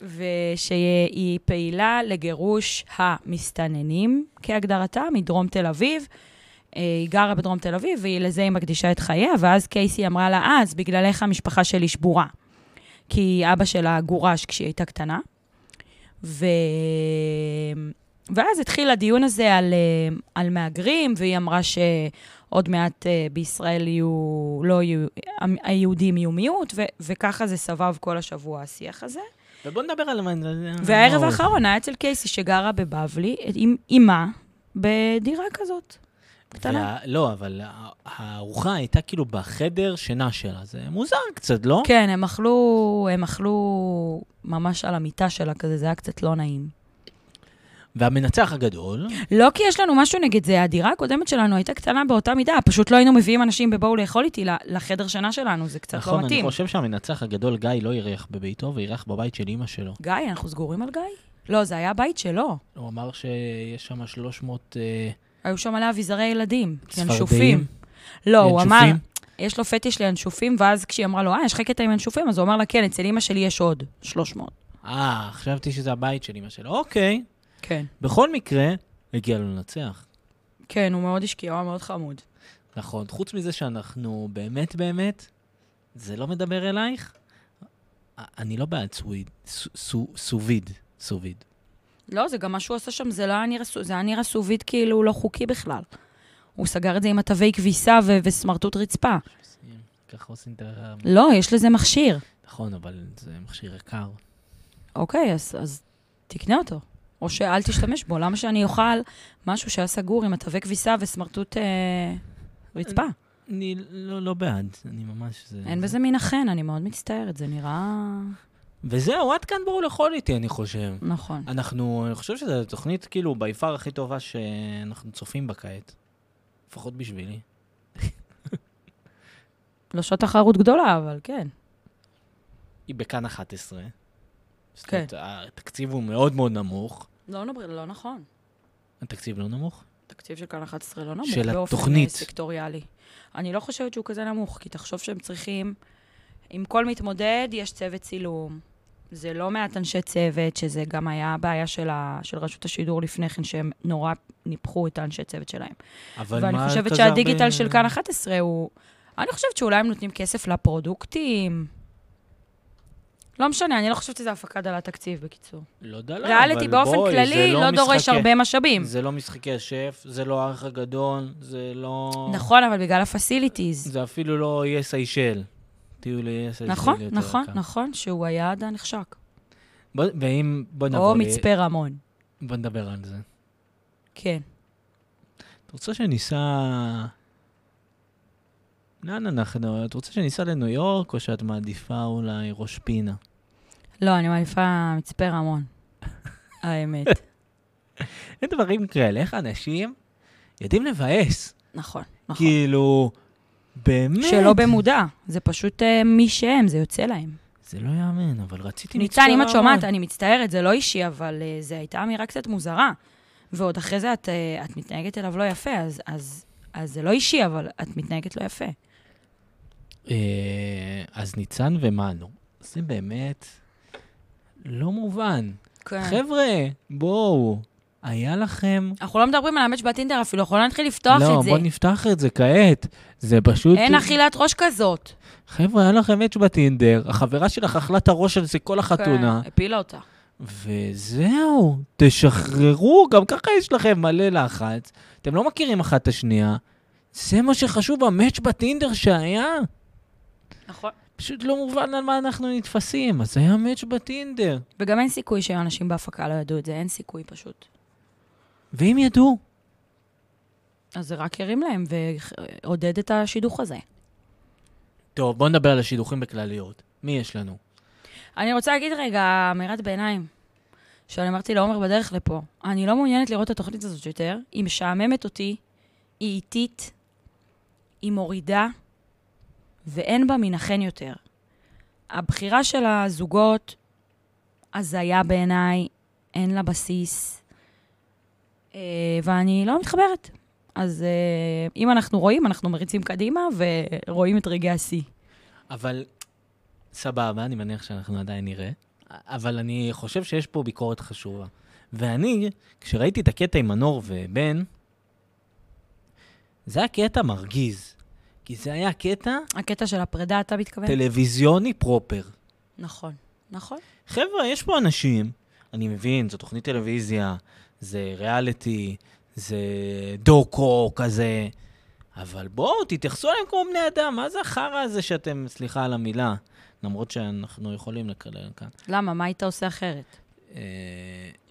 [SPEAKER 2] ושהיא פעילה לגירוש המסתננים, כהגדרתה, מדרום תל אביב. אה, היא גרה בדרום תל אביב, ולזה היא מקדישה את חייה, ואז קייסי אמרה לה, "אה, אז בגללך המשפחה שלי שבורה. כי אבא שלה גורש כשהיא הייתה קטנה. ו... ואז התחיל הדיון הזה על, אה, על מהגרים, והיא אמרה שעוד מעט אה, בישראל יהיו, לא יהיו, היהודים יהיו מיעוט, ו... וככה זה סבב כל השבוע השיח הזה.
[SPEAKER 1] ובוא נדבר על... מה-
[SPEAKER 2] והערב
[SPEAKER 1] מה-
[SPEAKER 2] האחרון היה אצל קייסי שגרה בבבלי, עם אימה, בדירה כזאת. קטנה.
[SPEAKER 1] וה- לא, אבל הא- הארוחה הייתה כאילו בחדר שינה שלה. זה מוזר קצת, לא?
[SPEAKER 2] כן, הם אכלו, הם אכלו ממש על המיטה שלה כזה, זה היה קצת לא נעים.
[SPEAKER 1] והמנצח הגדול,
[SPEAKER 2] לא כי יש לנו משהו נגד זה, הדירה הקודמת שלנו הייתה קטנה באותה מידה, פשוט לא היינו מביאים אנשים בבואו לאכול איתי ל- לחדר שינה שלנו, זה קצת
[SPEAKER 1] נכון,
[SPEAKER 2] לא
[SPEAKER 1] אני
[SPEAKER 2] מתאים.
[SPEAKER 1] חושב שהמנצח הגדול, גיא, לא אירח בביתו, ואירח בבית של אימא שלו.
[SPEAKER 2] גיא, אנחנו סגורים על גיא? לא, זה היה הבית שלו.
[SPEAKER 1] הוא אמר שיש שם 300... אה,
[SPEAKER 2] היו שם עליה אביזרי ילדים, כי
[SPEAKER 1] צפרדעים?
[SPEAKER 2] ינשופים. לא, הוא אמר,
[SPEAKER 1] ינשופים?
[SPEAKER 2] יש לו פטיש לינשופים, ואז כשהיא אמרה לו, אה, יש לך קטע עם ינשופים? אז הוא אמר לה, כן, אצל אמא שלי יש עוד 300.
[SPEAKER 1] אה, חשבתי שזה הבית של אימא שלו. אוקיי.
[SPEAKER 2] כן.
[SPEAKER 1] בכל מקרה, הגיע לו לנצח.
[SPEAKER 2] כן, הוא מאוד השקיע, הוא היה מאוד חמוד.
[SPEAKER 1] נכון, חוץ מזה שאנחנו באמת באמת, זה לא מדבר אלייך, א- אני לא בעד סוויד, סו- סו- סוביד, סוביד.
[SPEAKER 2] לא, זה גם מה שהוא עשה שם, זה לא היה נראה, סו- זה היה נראה סוביט כאילו לא חוקי בכלל. הוא סגר את זה עם התווי כביסה ו- וסמרטוט רצפה.
[SPEAKER 1] ככה עושים את ה...
[SPEAKER 2] לא, יש לזה מכשיר.
[SPEAKER 1] נכון, אבל זה מכשיר יקר.
[SPEAKER 2] אוקיי, אז, אז תקנה אותו. או שאל תשתמש בו, למה שאני אוכל משהו שהיה סגור עם התווי כביסה וסמרטוט אה, רצפה?
[SPEAKER 1] אני לא, לא בעד, אני ממש... זה,
[SPEAKER 2] אין
[SPEAKER 1] זה-
[SPEAKER 2] בזה מן החן, אני מאוד מצטערת, זה נראה...
[SPEAKER 1] וזהו, עד כאן ברור לכל איתי, אני חושב.
[SPEAKER 2] נכון.
[SPEAKER 1] אנחנו, אני חושב שזו התוכנית כאילו ביפר הכי טובה שאנחנו צופים בה כעת. לפחות בשבילי.
[SPEAKER 2] לא שעות תחרות גדולה, אבל כן.
[SPEAKER 1] היא בכאן 11. זאת
[SPEAKER 2] כן.
[SPEAKER 1] אומרת, התקציב הוא מאוד מאוד נמוך.
[SPEAKER 2] לא, נבר- לא נכון.
[SPEAKER 1] התקציב לא נמוך?
[SPEAKER 2] התקציב של כאן 11 לא נמוך
[SPEAKER 1] של
[SPEAKER 2] באופן
[SPEAKER 1] התוכנית.
[SPEAKER 2] אה, סקטוריאלי. אני לא חושבת שהוא כזה נמוך, כי תחשוב שהם צריכים... עם כל מתמודד יש צוות צילום. זה לא מעט אנשי צוות, שזה גם היה הבעיה של, ה, של רשות השידור לפני כן, שהם נורא ניפחו את האנשי צוות שלהם.
[SPEAKER 1] אבל
[SPEAKER 2] ואני
[SPEAKER 1] מה
[SPEAKER 2] חושבת
[SPEAKER 1] כזה
[SPEAKER 2] שהדיגיטל
[SPEAKER 1] הרבה-
[SPEAKER 2] של כאן 11 הוא... אני חושבת שאולי הם נותנים כסף לפרודוקטים. לא משנה, אני לא חושבת שזה הפקה דלת תקציב, בקיצור.
[SPEAKER 1] לא יודע, לא,
[SPEAKER 2] ריאליטי
[SPEAKER 1] אבל
[SPEAKER 2] באופן
[SPEAKER 1] בואי, זה
[SPEAKER 2] כללי לא דורש
[SPEAKER 1] משחקי-
[SPEAKER 2] הרבה משאבים.
[SPEAKER 1] זה לא משחקי שף, זה לא האח הגדול, זה לא...
[SPEAKER 2] נכון, אבל בגלל הפסיליטיז.
[SPEAKER 1] זה אפילו לא יהיה סיישל. תהיו לי יהיה סיישל.
[SPEAKER 2] נכון,
[SPEAKER 1] יותר
[SPEAKER 2] נכון,
[SPEAKER 1] יקר.
[SPEAKER 2] נכון, שהוא היעד הנחשק.
[SPEAKER 1] בוא- ואם... בוא נעבור...
[SPEAKER 2] או
[SPEAKER 1] ל-
[SPEAKER 2] מצפה רמון.
[SPEAKER 1] בוא נדבר על זה.
[SPEAKER 2] כן.
[SPEAKER 1] את רוצה שניסע... לאן אנחנו? את רוצה שניסע לניו יורק, או שאת מעדיפה אולי ראש פינה?
[SPEAKER 2] לא, אני מעדיפה מצפה רמון. (laughs) האמת.
[SPEAKER 1] אין דברים כאלה, איך אנשים יודעים לבאס?
[SPEAKER 2] נכון, נכון.
[SPEAKER 1] כאילו, באמת.
[SPEAKER 2] שלא במודע, זה פשוט אה, מי שהם, זה יוצא להם.
[SPEAKER 1] זה לא יאמן, אבל רציתי
[SPEAKER 2] ניצן, אם את
[SPEAKER 1] לעמוד.
[SPEAKER 2] שומעת, אני מצטערת, זה לא אישי, אבל אה, זו הייתה אמירה קצת מוזרה. ועוד אחרי זה את, אה, את מתנהגת אליו לא יפה, אז, אז, אז זה לא אישי, אבל את מתנהגת לא יפה.
[SPEAKER 1] אה, אז ניצן ומנו, זה באמת לא מובן.
[SPEAKER 2] כן.
[SPEAKER 1] חבר'ה, בואו, היה לכם...
[SPEAKER 2] אנחנו לא מדברים על האמת שבטינדר אפילו, אנחנו לא נתחיל לפתוח
[SPEAKER 1] לא,
[SPEAKER 2] את זה.
[SPEAKER 1] בואו נפתח את זה כעת. זה פשוט...
[SPEAKER 2] אין אכילת ראש כזאת.
[SPEAKER 1] חבר'ה, היה לכם מאץ' בטינדר, החברה שלך אכלה את הראש על זה כל החתונה,
[SPEAKER 2] כן, הפילה אותה.
[SPEAKER 1] וזהו, תשחררו, גם ככה יש לכם מלא לחץ. אתם לא מכירים אחת את השנייה. זה מה שחשוב, המאץ' בטינדר שהיה.
[SPEAKER 2] נכון.
[SPEAKER 1] פשוט לא מובן על מה אנחנו נתפסים, אז היה מאץ' בטינדר.
[SPEAKER 2] וגם אין סיכוי שאנשים בהפקה לא ידעו את זה, אין סיכוי פשוט.
[SPEAKER 1] ואם ידעו,
[SPEAKER 2] אז זה רק ירים להם ועודד את השידוך הזה.
[SPEAKER 1] טוב, בואו נדבר על השידוכים בכלליות. מי יש לנו?
[SPEAKER 2] אני רוצה להגיד רגע אמירת ביניים, שאני אמרתי לעומר בדרך לפה, אני לא מעוניינת לראות את התוכנית הזאת יותר, היא משעממת אותי, היא איטית, היא מורידה, ואין בה מנחן יותר. הבחירה של הזוגות, הזיה בעיניי, אין לה בסיס, אה, ואני לא מתחברת. אז אה, אם אנחנו רואים, אנחנו מריצים קדימה ורואים את רגעי השיא.
[SPEAKER 1] אבל סבבה, אני מניח שאנחנו עדיין נראה, אבל אני חושב שיש פה ביקורת חשובה. ואני, כשראיתי את הקטע עם מנור ובן, זה היה קטע מרגיז. כי זה היה קטע
[SPEAKER 2] הקטע של הפרידה, אתה מתכוון?
[SPEAKER 1] טלוויזיוני פרופר.
[SPEAKER 2] נכון, נכון.
[SPEAKER 1] חבר'ה, יש פה אנשים, אני מבין, זו תוכנית טלוויזיה, זה ריאליטי, זה דוקו כזה, אבל בואו, תתייחסו אליהם כמו בני אדם, מה זה החרא הזה שאתם, סליחה על המילה, למרות שאנחנו יכולים לקלל כאן.
[SPEAKER 2] למה? מה היית עושה אחרת?
[SPEAKER 1] אה,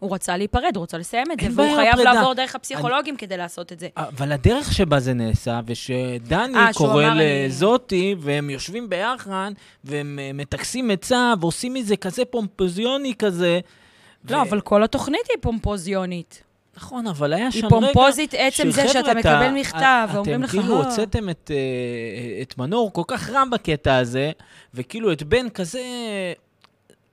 [SPEAKER 2] הוא רצה להיפרד, הוא רצה לסיים את זה,
[SPEAKER 1] אין
[SPEAKER 2] והוא
[SPEAKER 1] בעיה,
[SPEAKER 2] חייב
[SPEAKER 1] פרידה.
[SPEAKER 2] לעבור דרך הפסיכולוגים כדי לעשות את זה.
[SPEAKER 1] אבל הדרך שבה זה נעשה, ושדני
[SPEAKER 2] אה, שהוא
[SPEAKER 1] קורא
[SPEAKER 2] אמר, אני-
[SPEAKER 1] לזאתי, והם יושבים ביחד, והם אה, מטכסים עצה, ועושים מזה כזה פומפוזיוני כזה.
[SPEAKER 2] לא, אבל כל התוכנית היא פומפוזיונית.
[SPEAKER 1] נכון, אבל היה שם
[SPEAKER 2] היא
[SPEAKER 1] רגע...
[SPEAKER 2] פומפוזית עצם זה
[SPEAKER 1] שחבר'ה,
[SPEAKER 2] שאתה
[SPEAKER 1] אתה-
[SPEAKER 2] מקבל מכתב,
[SPEAKER 1] את-
[SPEAKER 2] ואומרים לך...
[SPEAKER 1] אתם כאילו
[SPEAKER 2] "אה,
[SPEAKER 1] הוצאתם את, אה, את מנור כל כך רם בקטע הזה, וכאילו את בן כזה...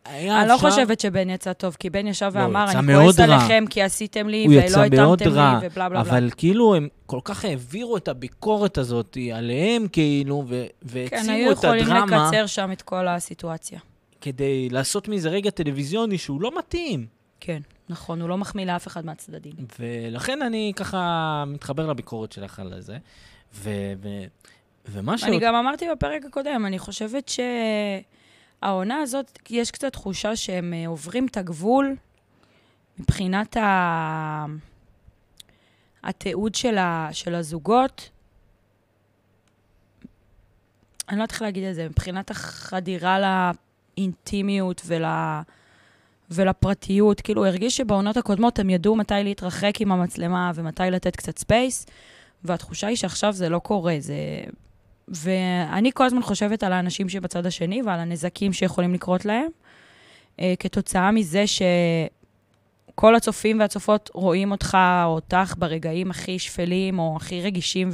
[SPEAKER 1] היה
[SPEAKER 2] אני לא
[SPEAKER 1] אפשר-
[SPEAKER 2] חושבת שבן יצא טוב, כי בן ישב
[SPEAKER 1] לא,
[SPEAKER 2] ואמר,
[SPEAKER 1] הוא יצא
[SPEAKER 2] אני כועס
[SPEAKER 1] מאוד רע.
[SPEAKER 2] עליכם כי עשיתם לי
[SPEAKER 1] הוא
[SPEAKER 2] ולא
[SPEAKER 1] יצא מאוד
[SPEAKER 2] התאמתם
[SPEAKER 1] רע,
[SPEAKER 2] לי ובלה בלה בלה.
[SPEAKER 1] אבל כאילו הם כל כך העבירו את הביקורת הזאת עליהם, כאילו, ו-
[SPEAKER 2] כן,
[SPEAKER 1] והעצימו
[SPEAKER 2] היו
[SPEAKER 1] את
[SPEAKER 2] יכולים
[SPEAKER 1] הדרמה
[SPEAKER 2] לקצר שם את כל הסיטואציה.
[SPEAKER 1] כדי לעשות מזה רגע טלוויזיוני שהוא לא מתאים.
[SPEAKER 2] כן, נכון, הוא לא מחמיא לאף אחד מהצדדים.
[SPEAKER 1] ולכן אני ככה מתחבר לביקורת שלך על זה. ו- ו- ומה
[SPEAKER 2] אני גם אמרתי בפרק הקודם, אני חושבת שהעונה הזאת, יש קצת תחושה שהם אה, עוברים את הגבול מבחינת ה... התיעוד של, ה... של הזוגות. אני לא יודעת איך להגיד את זה, מבחינת החדירה לאינטימיות ול... ולפרטיות. כאילו, הוא הרגיש שבעונות הקודמות הם ידעו מתי להתרחק עם המצלמה ומתי לתת קצת ספייס, והתחושה היא שעכשיו זה לא קורה, זה... ואני כל הזמן חושבת על האנשים שבצד השני ועל הנזקים שיכולים לקרות להם, אה, כתוצאה מזה שכל הצופים והצופות רואים אותך או אותך ברגעים הכי שפלים או הכי רגישים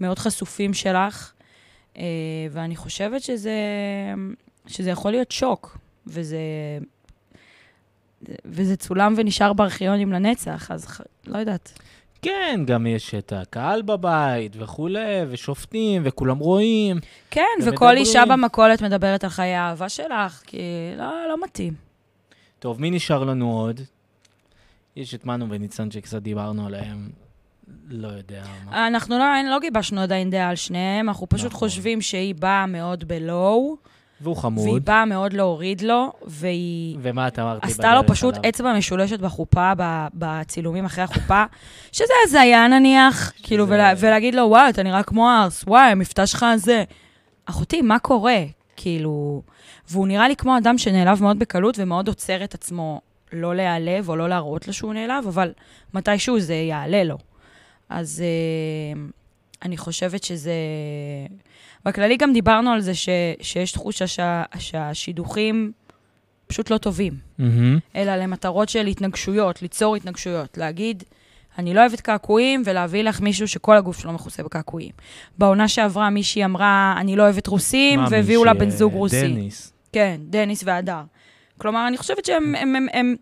[SPEAKER 2] ומאוד חשופים שלך, אה, ואני חושבת שזה, שזה יכול להיות שוק, וזה, וזה צולם ונשאר בארכיונים לנצח, אז ח- לא יודעת.
[SPEAKER 1] כן, גם יש את הקהל בבית וכולי, ושופטים, וכולם רואים.
[SPEAKER 2] כן,
[SPEAKER 1] ומדברים.
[SPEAKER 2] וכל אישה במכולת מדברת על חיי האהבה שלך, כי לא, לא מתאים.
[SPEAKER 1] טוב, מי נשאר לנו עוד? יש את מנו וניצן שקצת דיברנו עליהם, לא יודע מה.
[SPEAKER 2] אנחנו לא, אין- לא גיבשנו עדיין דעה על שניהם, אנחנו פשוט
[SPEAKER 1] נכון.
[SPEAKER 2] חושבים שהיא באה מאוד בלואו,
[SPEAKER 1] והוא
[SPEAKER 2] והיא
[SPEAKER 1] חמוד.
[SPEAKER 2] באה מאוד להוריד לו, והיא
[SPEAKER 1] ומה את אמרת לי
[SPEAKER 2] עשתה לו
[SPEAKER 1] בדרך
[SPEAKER 2] פשוט
[SPEAKER 1] עליו?
[SPEAKER 2] אצבע משולשת בחופה, ב- בצילומים אחרי החופה, שזה הזיה נניח, כאילו, ולה, ולהגיד לו, וואי, אתה נראה כמו ארס, וואי, המבטא שלך זה. אחותי, מה קורה? כאילו... והוא נראה לי כמו אדם שנעלב מאוד בקלות ומאוד עוצר את עצמו לא להיעלב או לא להראות לו שהוא נעלב, אבל מתישהו זה יעלה לו. אז אה, אני חושבת שזה... בכללי גם דיברנו על זה ש, שיש תחושה שה, שהשידוכים פשוט לא טובים.
[SPEAKER 1] מהמם.
[SPEAKER 2] אלא למטרות של התנגשויות, ליצור התנגשויות, להגיד, אני לא אוהבת קעקועים, ולהביא לך מישהו שכל הגוף שלו מכוסה בקעקועים. בעונה שעברה מישהי אמרה, אני לא אוהבת רוסים,
[SPEAKER 1] מה,
[SPEAKER 2] והביאו לה
[SPEAKER 1] מישהי,
[SPEAKER 2] בן זוג
[SPEAKER 1] אה,
[SPEAKER 2] רוסי.
[SPEAKER 1] דניס.
[SPEAKER 2] כן, דניס והדר. כלומר, אני חושבת שהם, הם, הם, הם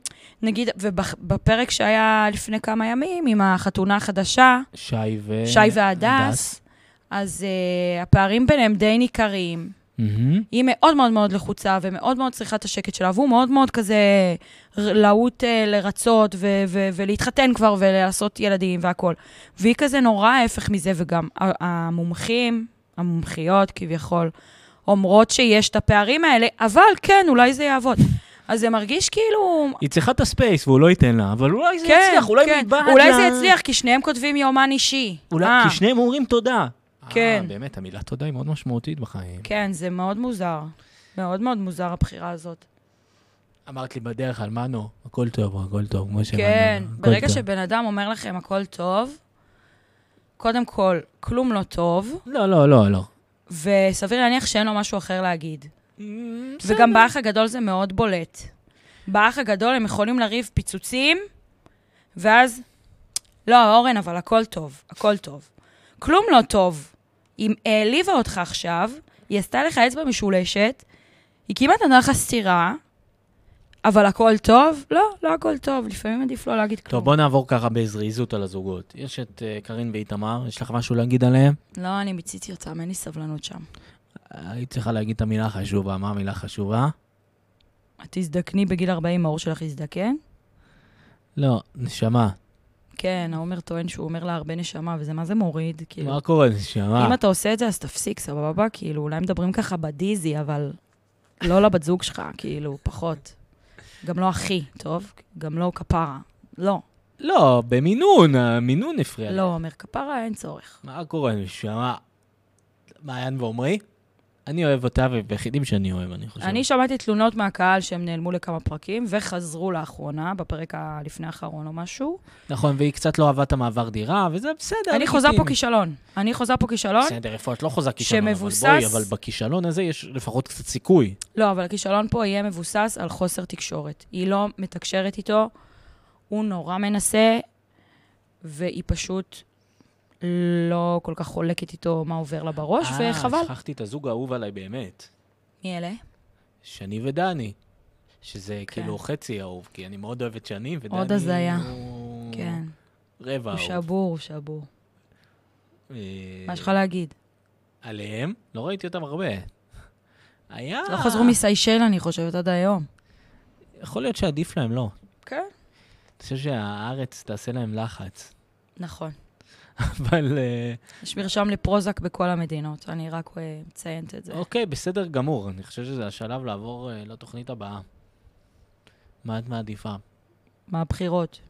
[SPEAKER 2] נגיד, ובפרק שהיה לפני כמה ימים, עם החתונה החדשה,
[SPEAKER 1] שי ו...
[SPEAKER 2] שי והדס, אז uh, הפערים ביניהם די ניכרים.
[SPEAKER 1] מהמם.
[SPEAKER 2] היא מאוד מאוד מאוד לחוצה ומאוד מאוד צריכה את השקט שלה, והוא מאוד מאוד כזה ר- להוט אה, לרצות ו- ו- ולהתחתן כבר ולעשות ילדים והכול. והיא כזה נורא ההפך מזה, וגם ה- המומחים, המומחיות כביכול, אומרות שיש את הפערים האלה, אבל כן, אולי זה יעבוד. אז זה מרגיש כאילו...
[SPEAKER 1] היא צריכה את הספייס והוא לא ייתן לה, אבל אולי זה
[SPEAKER 2] כן,
[SPEAKER 1] יצליח, אולי
[SPEAKER 2] כן.
[SPEAKER 1] מבעד
[SPEAKER 2] אולי
[SPEAKER 1] לה-
[SPEAKER 2] זה יצליח, כי שניהם כותבים יומן אישי.
[SPEAKER 1] אולי,
[SPEAKER 2] אה,
[SPEAKER 1] כי שניהם אומרים תודה.
[SPEAKER 2] כן.
[SPEAKER 1] אה, באמת, המילה תודה היא מאוד משמעותית בחיים.
[SPEAKER 2] כן, זה מאוד מוזר. מאוד מאוד מוזר הבחירה הזאת.
[SPEAKER 1] אמרת לי בדרך על מנו, הכל טוב, הכל טוב, כמו שאמרנו.
[SPEAKER 2] כן,
[SPEAKER 1] הכל
[SPEAKER 2] ברגע
[SPEAKER 1] טוב.
[SPEAKER 2] שבן אדם אומר לכם הכל טוב, קודם כל, כלום לא טוב,
[SPEAKER 1] לא, לא, לא, לא.
[SPEAKER 2] וסביר להניח שאין לו משהו אחר להגיד. וגם באח הגדול זה מאוד בולט. באח הגדול הם יכולים לריב פיצוצים, ואז, לא, אורן, אבל הכל טוב, הכל טוב. כלום לא טוב. היא העליבה אותך עכשיו, היא עשתה לך אצבע משולשת, היא כמעט נתנה לך סטירה, אבל הכל טוב? לא, לא הכל טוב, לפעמים עדיף לא להגיד כלום.
[SPEAKER 1] טוב, בוא נעבור ככה בזריזות על הזוגות. יש את אה, קארין ואיתמר, יש לך משהו להגיד עליהם?
[SPEAKER 2] לא, אני מיציתי אותם, אין לי סבלנות שם.
[SPEAKER 1] אה, היית צריכה להגיד את המילה החשובה. מה המילה החשובה?
[SPEAKER 2] את תזדקני בגיל 40, האור שלך יזדקן?
[SPEAKER 1] לא, נשמה.
[SPEAKER 2] כן,
[SPEAKER 1] Mm.
[SPEAKER 2] העומר טוען שהוא אומר לה הרבה נשמה, וזה מה זה מוריד, כאילו.
[SPEAKER 1] מה קורה, נשמה?
[SPEAKER 2] אם אתה עושה את זה, אז תפסיק, סבבה? כאילו, אולי מדברים ככה בדיזי, אבל לא לבת זוג שלך, כאילו, פחות. גם לא אחי, טוב? גם לא כפרה. לא,
[SPEAKER 1] לא, במינון, המינון הפריע לי.
[SPEAKER 2] לא אומר כפרה, אין צורך.
[SPEAKER 1] מה קורה, נשמה? מעיין ועומרי? אני אוהב אותה, וביחידים שאני אוהב, אני חושב.
[SPEAKER 2] אני שמעתי תלונות מהקהל שהם נעלמו לכמה פרקים, וחזרו לאחרונה, בפרק הלפני האחרון או משהו.
[SPEAKER 1] נכון, והיא קצת לא אהבה את המעבר דירה, וזה בסדר.
[SPEAKER 2] אני חוזה פה
[SPEAKER 1] לגיטימי.
[SPEAKER 2] כישלון. אני חוזה פה כישלון,
[SPEAKER 1] בסדר, איפה את לא חוזה כישלון, אבל
[SPEAKER 2] שמבוסס-
[SPEAKER 1] בואי, אבל בכישלון הזה יש לפחות קצת סיכוי.
[SPEAKER 2] לא, אבל הכישלון פה יהיה מבוסס על חוסר תקשורת. היא לא מתקשרת איתו, הוא נורא מנסה, והיא פשוט לא כל כך חולקת איתו מה עובר לה בראש,
[SPEAKER 1] אה,
[SPEAKER 2] וחבל.
[SPEAKER 1] שכחתי את הזוג האהוב עליי באמת,
[SPEAKER 2] מי אלה?
[SPEAKER 1] שני ודני, שזה
[SPEAKER 2] כן.
[SPEAKER 1] כאילו חצי אהוב, כי אני מאוד אוהב את שני, ודני
[SPEAKER 2] עוד הזיה.
[SPEAKER 1] הוא
[SPEAKER 2] כן.
[SPEAKER 1] רבע
[SPEAKER 2] הוא
[SPEAKER 1] אהוב.
[SPEAKER 2] שבור, הוא שבור.
[SPEAKER 1] אה,
[SPEAKER 2] מה יש לך להגיד?
[SPEAKER 1] עליהם? לא ראיתי אותם הרבה. היה...
[SPEAKER 2] לא חזרו מסיישל, אני חושבת, עד היום.
[SPEAKER 1] יכול להיות שעדיף להם, לא.
[SPEAKER 2] כן.
[SPEAKER 1] אני חושב שהארץ תעשה להם לחץ. (laughs)
[SPEAKER 2] נכון.
[SPEAKER 1] אבל אה,
[SPEAKER 2] יש מרשם לפרוזק בכל המדינות, אני רק אה, מציינת את זה.
[SPEAKER 1] אוקיי, בסדר גמור. אני חושב שזה השלב לעבור אה, לתוכנית הבאה. מה את מעדיפה?
[SPEAKER 2] מה הבחירות?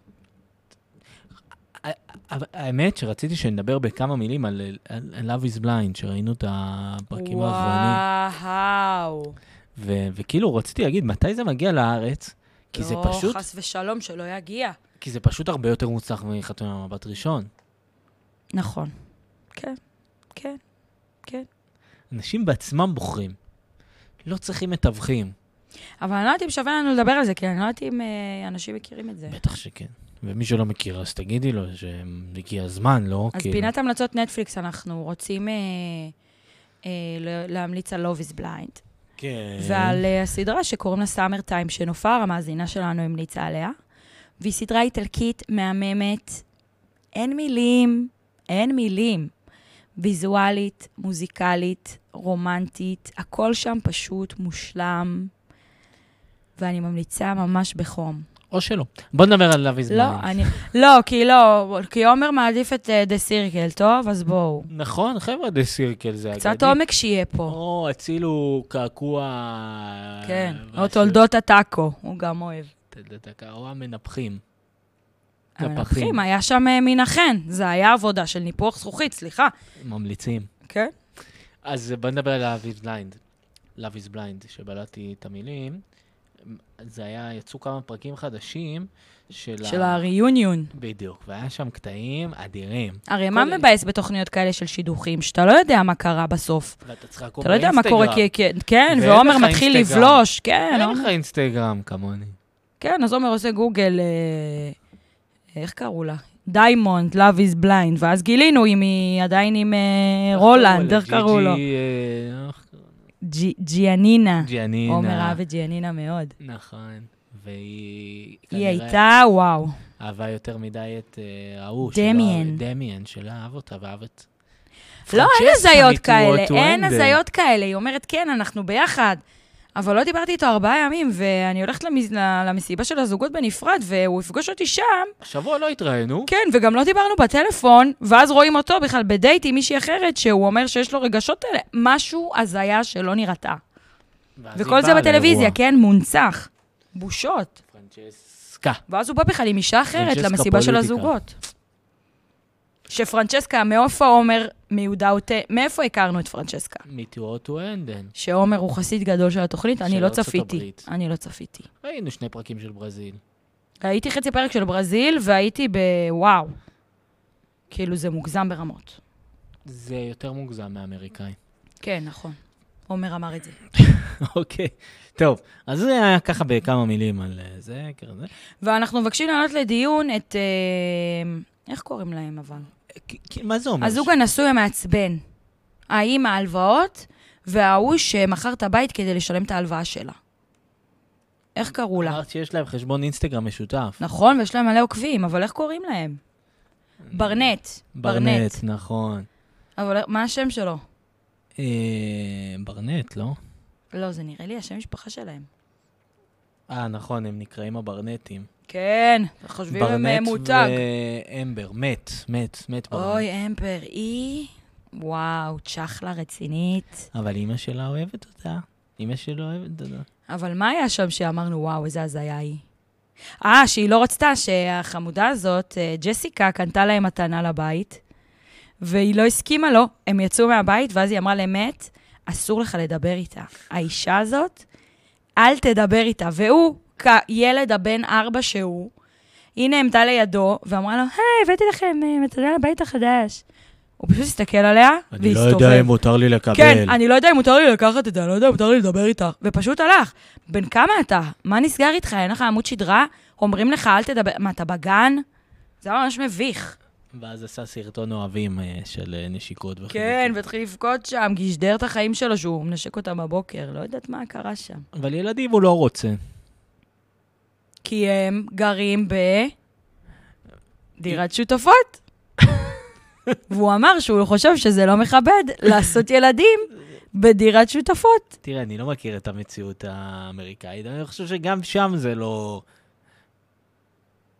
[SPEAKER 1] אבל האמת שרציתי שנדבר בכמה מילים על, על, על Love is Blind, שראינו את הפרקים האחרונים.
[SPEAKER 2] וואו.
[SPEAKER 1] ו, וכאילו, רציתי להגיד, מתי זה מגיע לארץ? כי זה פשוט,
[SPEAKER 2] לא, חס ושלום, שלא יגיע.
[SPEAKER 1] כי זה פשוט הרבה יותר מוצלח מחתונה במבט ראשון.
[SPEAKER 2] נכון. כן, כן.
[SPEAKER 1] אנשים בעצמם בוחרים. לא צריכים מתווכים.
[SPEAKER 2] אבל אני לא יודעת אם שווה לנו לדבר על זה, כי אני לא יודעת אם אה, אנשים מכירים את זה.
[SPEAKER 1] בטח שכן. ומי שלא מכיר, אז תגידי לו שהגיע הזמן, לא?
[SPEAKER 2] אז
[SPEAKER 1] כאילו.
[SPEAKER 2] פינת המלצות נטפליקס, אנחנו רוצים אה, אה, ל- להמליץ על Love is Blind,
[SPEAKER 1] כן.
[SPEAKER 2] ועל אה, הסדרה שקוראים לה סאמר טיים, שנופר, המאזינה שלנו המליצה עליה, והיא סדרה איטלקית מהממת, אין מילים, אין מילים. ויזואלית, מוזיקלית, רומנטית, הכל שם פשוט מושלם, ואני ממליצה ממש בחום.
[SPEAKER 1] או שלא. בוא נדבר על Love is Blind.
[SPEAKER 2] לא, אני... לא, כי לא, כי עומר מעדיף את דה סירקל, טוב? אז בואו.
[SPEAKER 1] נכון, חבר'ה, דה סירקל זה אגדי.
[SPEAKER 2] קצת עומק שיהיה פה.
[SPEAKER 1] או, הצילו קעקוע...
[SPEAKER 2] כן.
[SPEAKER 1] אה, משהו.
[SPEAKER 2] או תולדות הטאקו, הוא גם אוהב.
[SPEAKER 1] תולדות הקעקוע, המנפחים. טפחים.
[SPEAKER 2] המנפחים, היה שם אה, מן החן. זה היה עבודה של ניפוח זכוכית, סליחה.
[SPEAKER 1] ממליצים.
[SPEAKER 2] כן?
[SPEAKER 1] אז בוא נדבר על Love is Blind. Love is Blind, שבלעתי את המילים. זה היה, יצאו כמה פרקים חדשים של...
[SPEAKER 2] של הריוניון.
[SPEAKER 1] בדיוק, והיה שם קטעים אדירים.
[SPEAKER 2] הרי מה
[SPEAKER 1] כל-
[SPEAKER 2] מבאס בתוכניות כאלה של שידוכים? שאתה לא יודע מה קרה בסוף.
[SPEAKER 1] ואתה צריך לעקוב
[SPEAKER 2] אתה לא יודע מה קורה, כי... כי- כן,
[SPEAKER 1] ואין
[SPEAKER 2] ועומר
[SPEAKER 1] לך
[SPEAKER 2] מתחיל
[SPEAKER 1] אינסטגרם.
[SPEAKER 2] לבלוש. כן,
[SPEAKER 1] אין
[SPEAKER 2] עומר-
[SPEAKER 1] לך אינסטגרם כמוני.
[SPEAKER 2] כן, אז עומר עושה גוגל, אה, איך קראו לה? דיימונד, Love is Blind, ואז גילינו אם היא עדיין עם אה, רולנד, איך קראו לו?
[SPEAKER 1] ג'י ג'י, אה, איך-
[SPEAKER 2] ג'י- ג'יאנינה.
[SPEAKER 1] ג'יאנינה.
[SPEAKER 2] עומר אהב את ג'יאנינה מאוד.
[SPEAKER 1] נכון. והיא...
[SPEAKER 2] היא
[SPEAKER 1] כנראה
[SPEAKER 2] הייתה, וואו.
[SPEAKER 1] אהבה יותר מדי את אה, ההוא.
[SPEAKER 2] דמיאן.
[SPEAKER 1] שלא- דמיאן, שלא אהב אותה ואהב את...
[SPEAKER 2] לא, אין
[SPEAKER 1] פרנצ'סקה
[SPEAKER 2] הזיות כאלה,
[SPEAKER 1] מטואטואנדה.
[SPEAKER 2] אין הזיות כאלה. היא אומרת, כן, אנחנו ביחד. אבל לא דיברתי איתו ארבעה ימים, ואני הולכת למז- ל- למסיבה של הזוגות בנפרד, והוא יפגוש אותי שם,
[SPEAKER 1] שבוע לא התראינו.
[SPEAKER 2] כן, וגם לא דיברנו בטלפון, ואז רואים אותו בכלל בדייט עם מישהי אחרת, שהוא אומר שיש לו רגשות אלה. משהו הזיה שלא נראתה.
[SPEAKER 1] ואז היא
[SPEAKER 2] וכל זה
[SPEAKER 1] באה
[SPEAKER 2] בטלוויזיה,
[SPEAKER 1] לאירוע.
[SPEAKER 2] כן, מונצח. בושות.
[SPEAKER 1] פרנצ'סקה.
[SPEAKER 2] ואז הוא בא בכלל עם אישה אחרת
[SPEAKER 1] פרנצ'סקה
[SPEAKER 2] למסיבה של
[SPEAKER 1] פוליטיקה.
[SPEAKER 2] הזוגות. שפרנצ'סקה, מאיפה עומר מיודעותה, מאיפה הכרנו את פרנצ'סקה?
[SPEAKER 1] מטואטואנדן.
[SPEAKER 2] שעומר הוא חסיד גדול של התוכנית, אני
[SPEAKER 1] של
[SPEAKER 2] לא
[SPEAKER 1] ארצות
[SPEAKER 2] צפיתי.
[SPEAKER 1] הברית.
[SPEAKER 2] אני לא צפיתי.
[SPEAKER 1] ראינו שני פרקים של ברזיל.
[SPEAKER 2] הייתי חצי פרק של ברזיל, והייתי בוואו. כאילו, זה מוגזם ברמות.
[SPEAKER 1] זה יותר מוגזם מאמריקאי.
[SPEAKER 2] כן, נכון. עומר אמר את זה.
[SPEAKER 1] (laughs) אוקיי. טוב, אז זה היה ככה בכמה מילים על אה, זה, כזה.
[SPEAKER 2] ואנחנו מבקשים להעלות לדיון את... אה, איך קוראים להם אבל?
[SPEAKER 1] כי- כי- מה זה אומר?
[SPEAKER 2] הזוג הנשוי המעצבן. האם ההלוואות וההוא שמכר את הבית כדי לשלם את ההלוואה שלה. איך קראו לה?
[SPEAKER 1] אמרת שיש להם חשבון אינסטגרם משותף.
[SPEAKER 2] נכון, ויש להם מלא עוקבים, אבל איך קוראים להם? ברנט. ברנט.
[SPEAKER 1] אה, ברנט, נכון.
[SPEAKER 2] אבל מה השם שלו?
[SPEAKER 1] אה, ברנט, לא?
[SPEAKER 2] לא, זה נראה לי השם משפחה שלהם.
[SPEAKER 1] אה, נכון, הם נקראים הברנטים.
[SPEAKER 2] כן, חושבים הם אה,
[SPEAKER 1] ברנט
[SPEAKER 2] מותג.
[SPEAKER 1] ואמבר, מת, מת, מת ברנט.
[SPEAKER 2] אוי, אמפר, היא... וואו, צ'חלה רצינית.
[SPEAKER 1] אבל אימא שלה אוהבת אותה. אימא שלו אוהבת אותה.
[SPEAKER 2] אבל מה היה שם שאמרנו, וואו, איזה הזיה היא? אה, שהיא לא רצתה שהחמודה הזאת, אה, ג'סיקה, קנתה להם מתנה לבית, והיא לא הסכימה לו, הם יצאו מהבית, ואז היא אמרה למת, אסור לך לדבר איתה. האישה הזאת, אל תדבר איתה. והוא, כילד הבן ארבע שהוא, היא נעמדה לידו, ואמרה לו, היי, הבאתי לכם אה, מתנה לבית החדש. הוא פשוט הסתכל עליה,
[SPEAKER 1] לא
[SPEAKER 2] והסתובב.
[SPEAKER 1] מותר לי לקבל.
[SPEAKER 2] כן, אני לא יודע אם מותר לי לקחת את זה, אני לא יודע אם מותר לי לדבר איתך. ופשוט הלך. בן כמה אתה? מה נסגר איתך? אין לך עמוד שדרה? אומרים לך, אל תדבר... מה, אתה בגן? זה היה ממש מביך.
[SPEAKER 1] ואז עשה סרטון אוהבים אה, של אה, נשיקות וכו'.
[SPEAKER 2] כן, והתחיל לבכות שם, גישדר את החיים שלו שהוא מנשק אותם בבוקר. לא יודעת מה קרה שם.
[SPEAKER 1] אבל ילדים הוא לא רוצה.
[SPEAKER 2] כי הם גרים ב... דירת שותפות. והוא אמר שהוא חושב שזה לא מכבד לעשות ילדים בדירת שותפות.
[SPEAKER 1] תראה, אני לא מכיר את המציאות האמריקאית, אני חושב שגם שם זה לא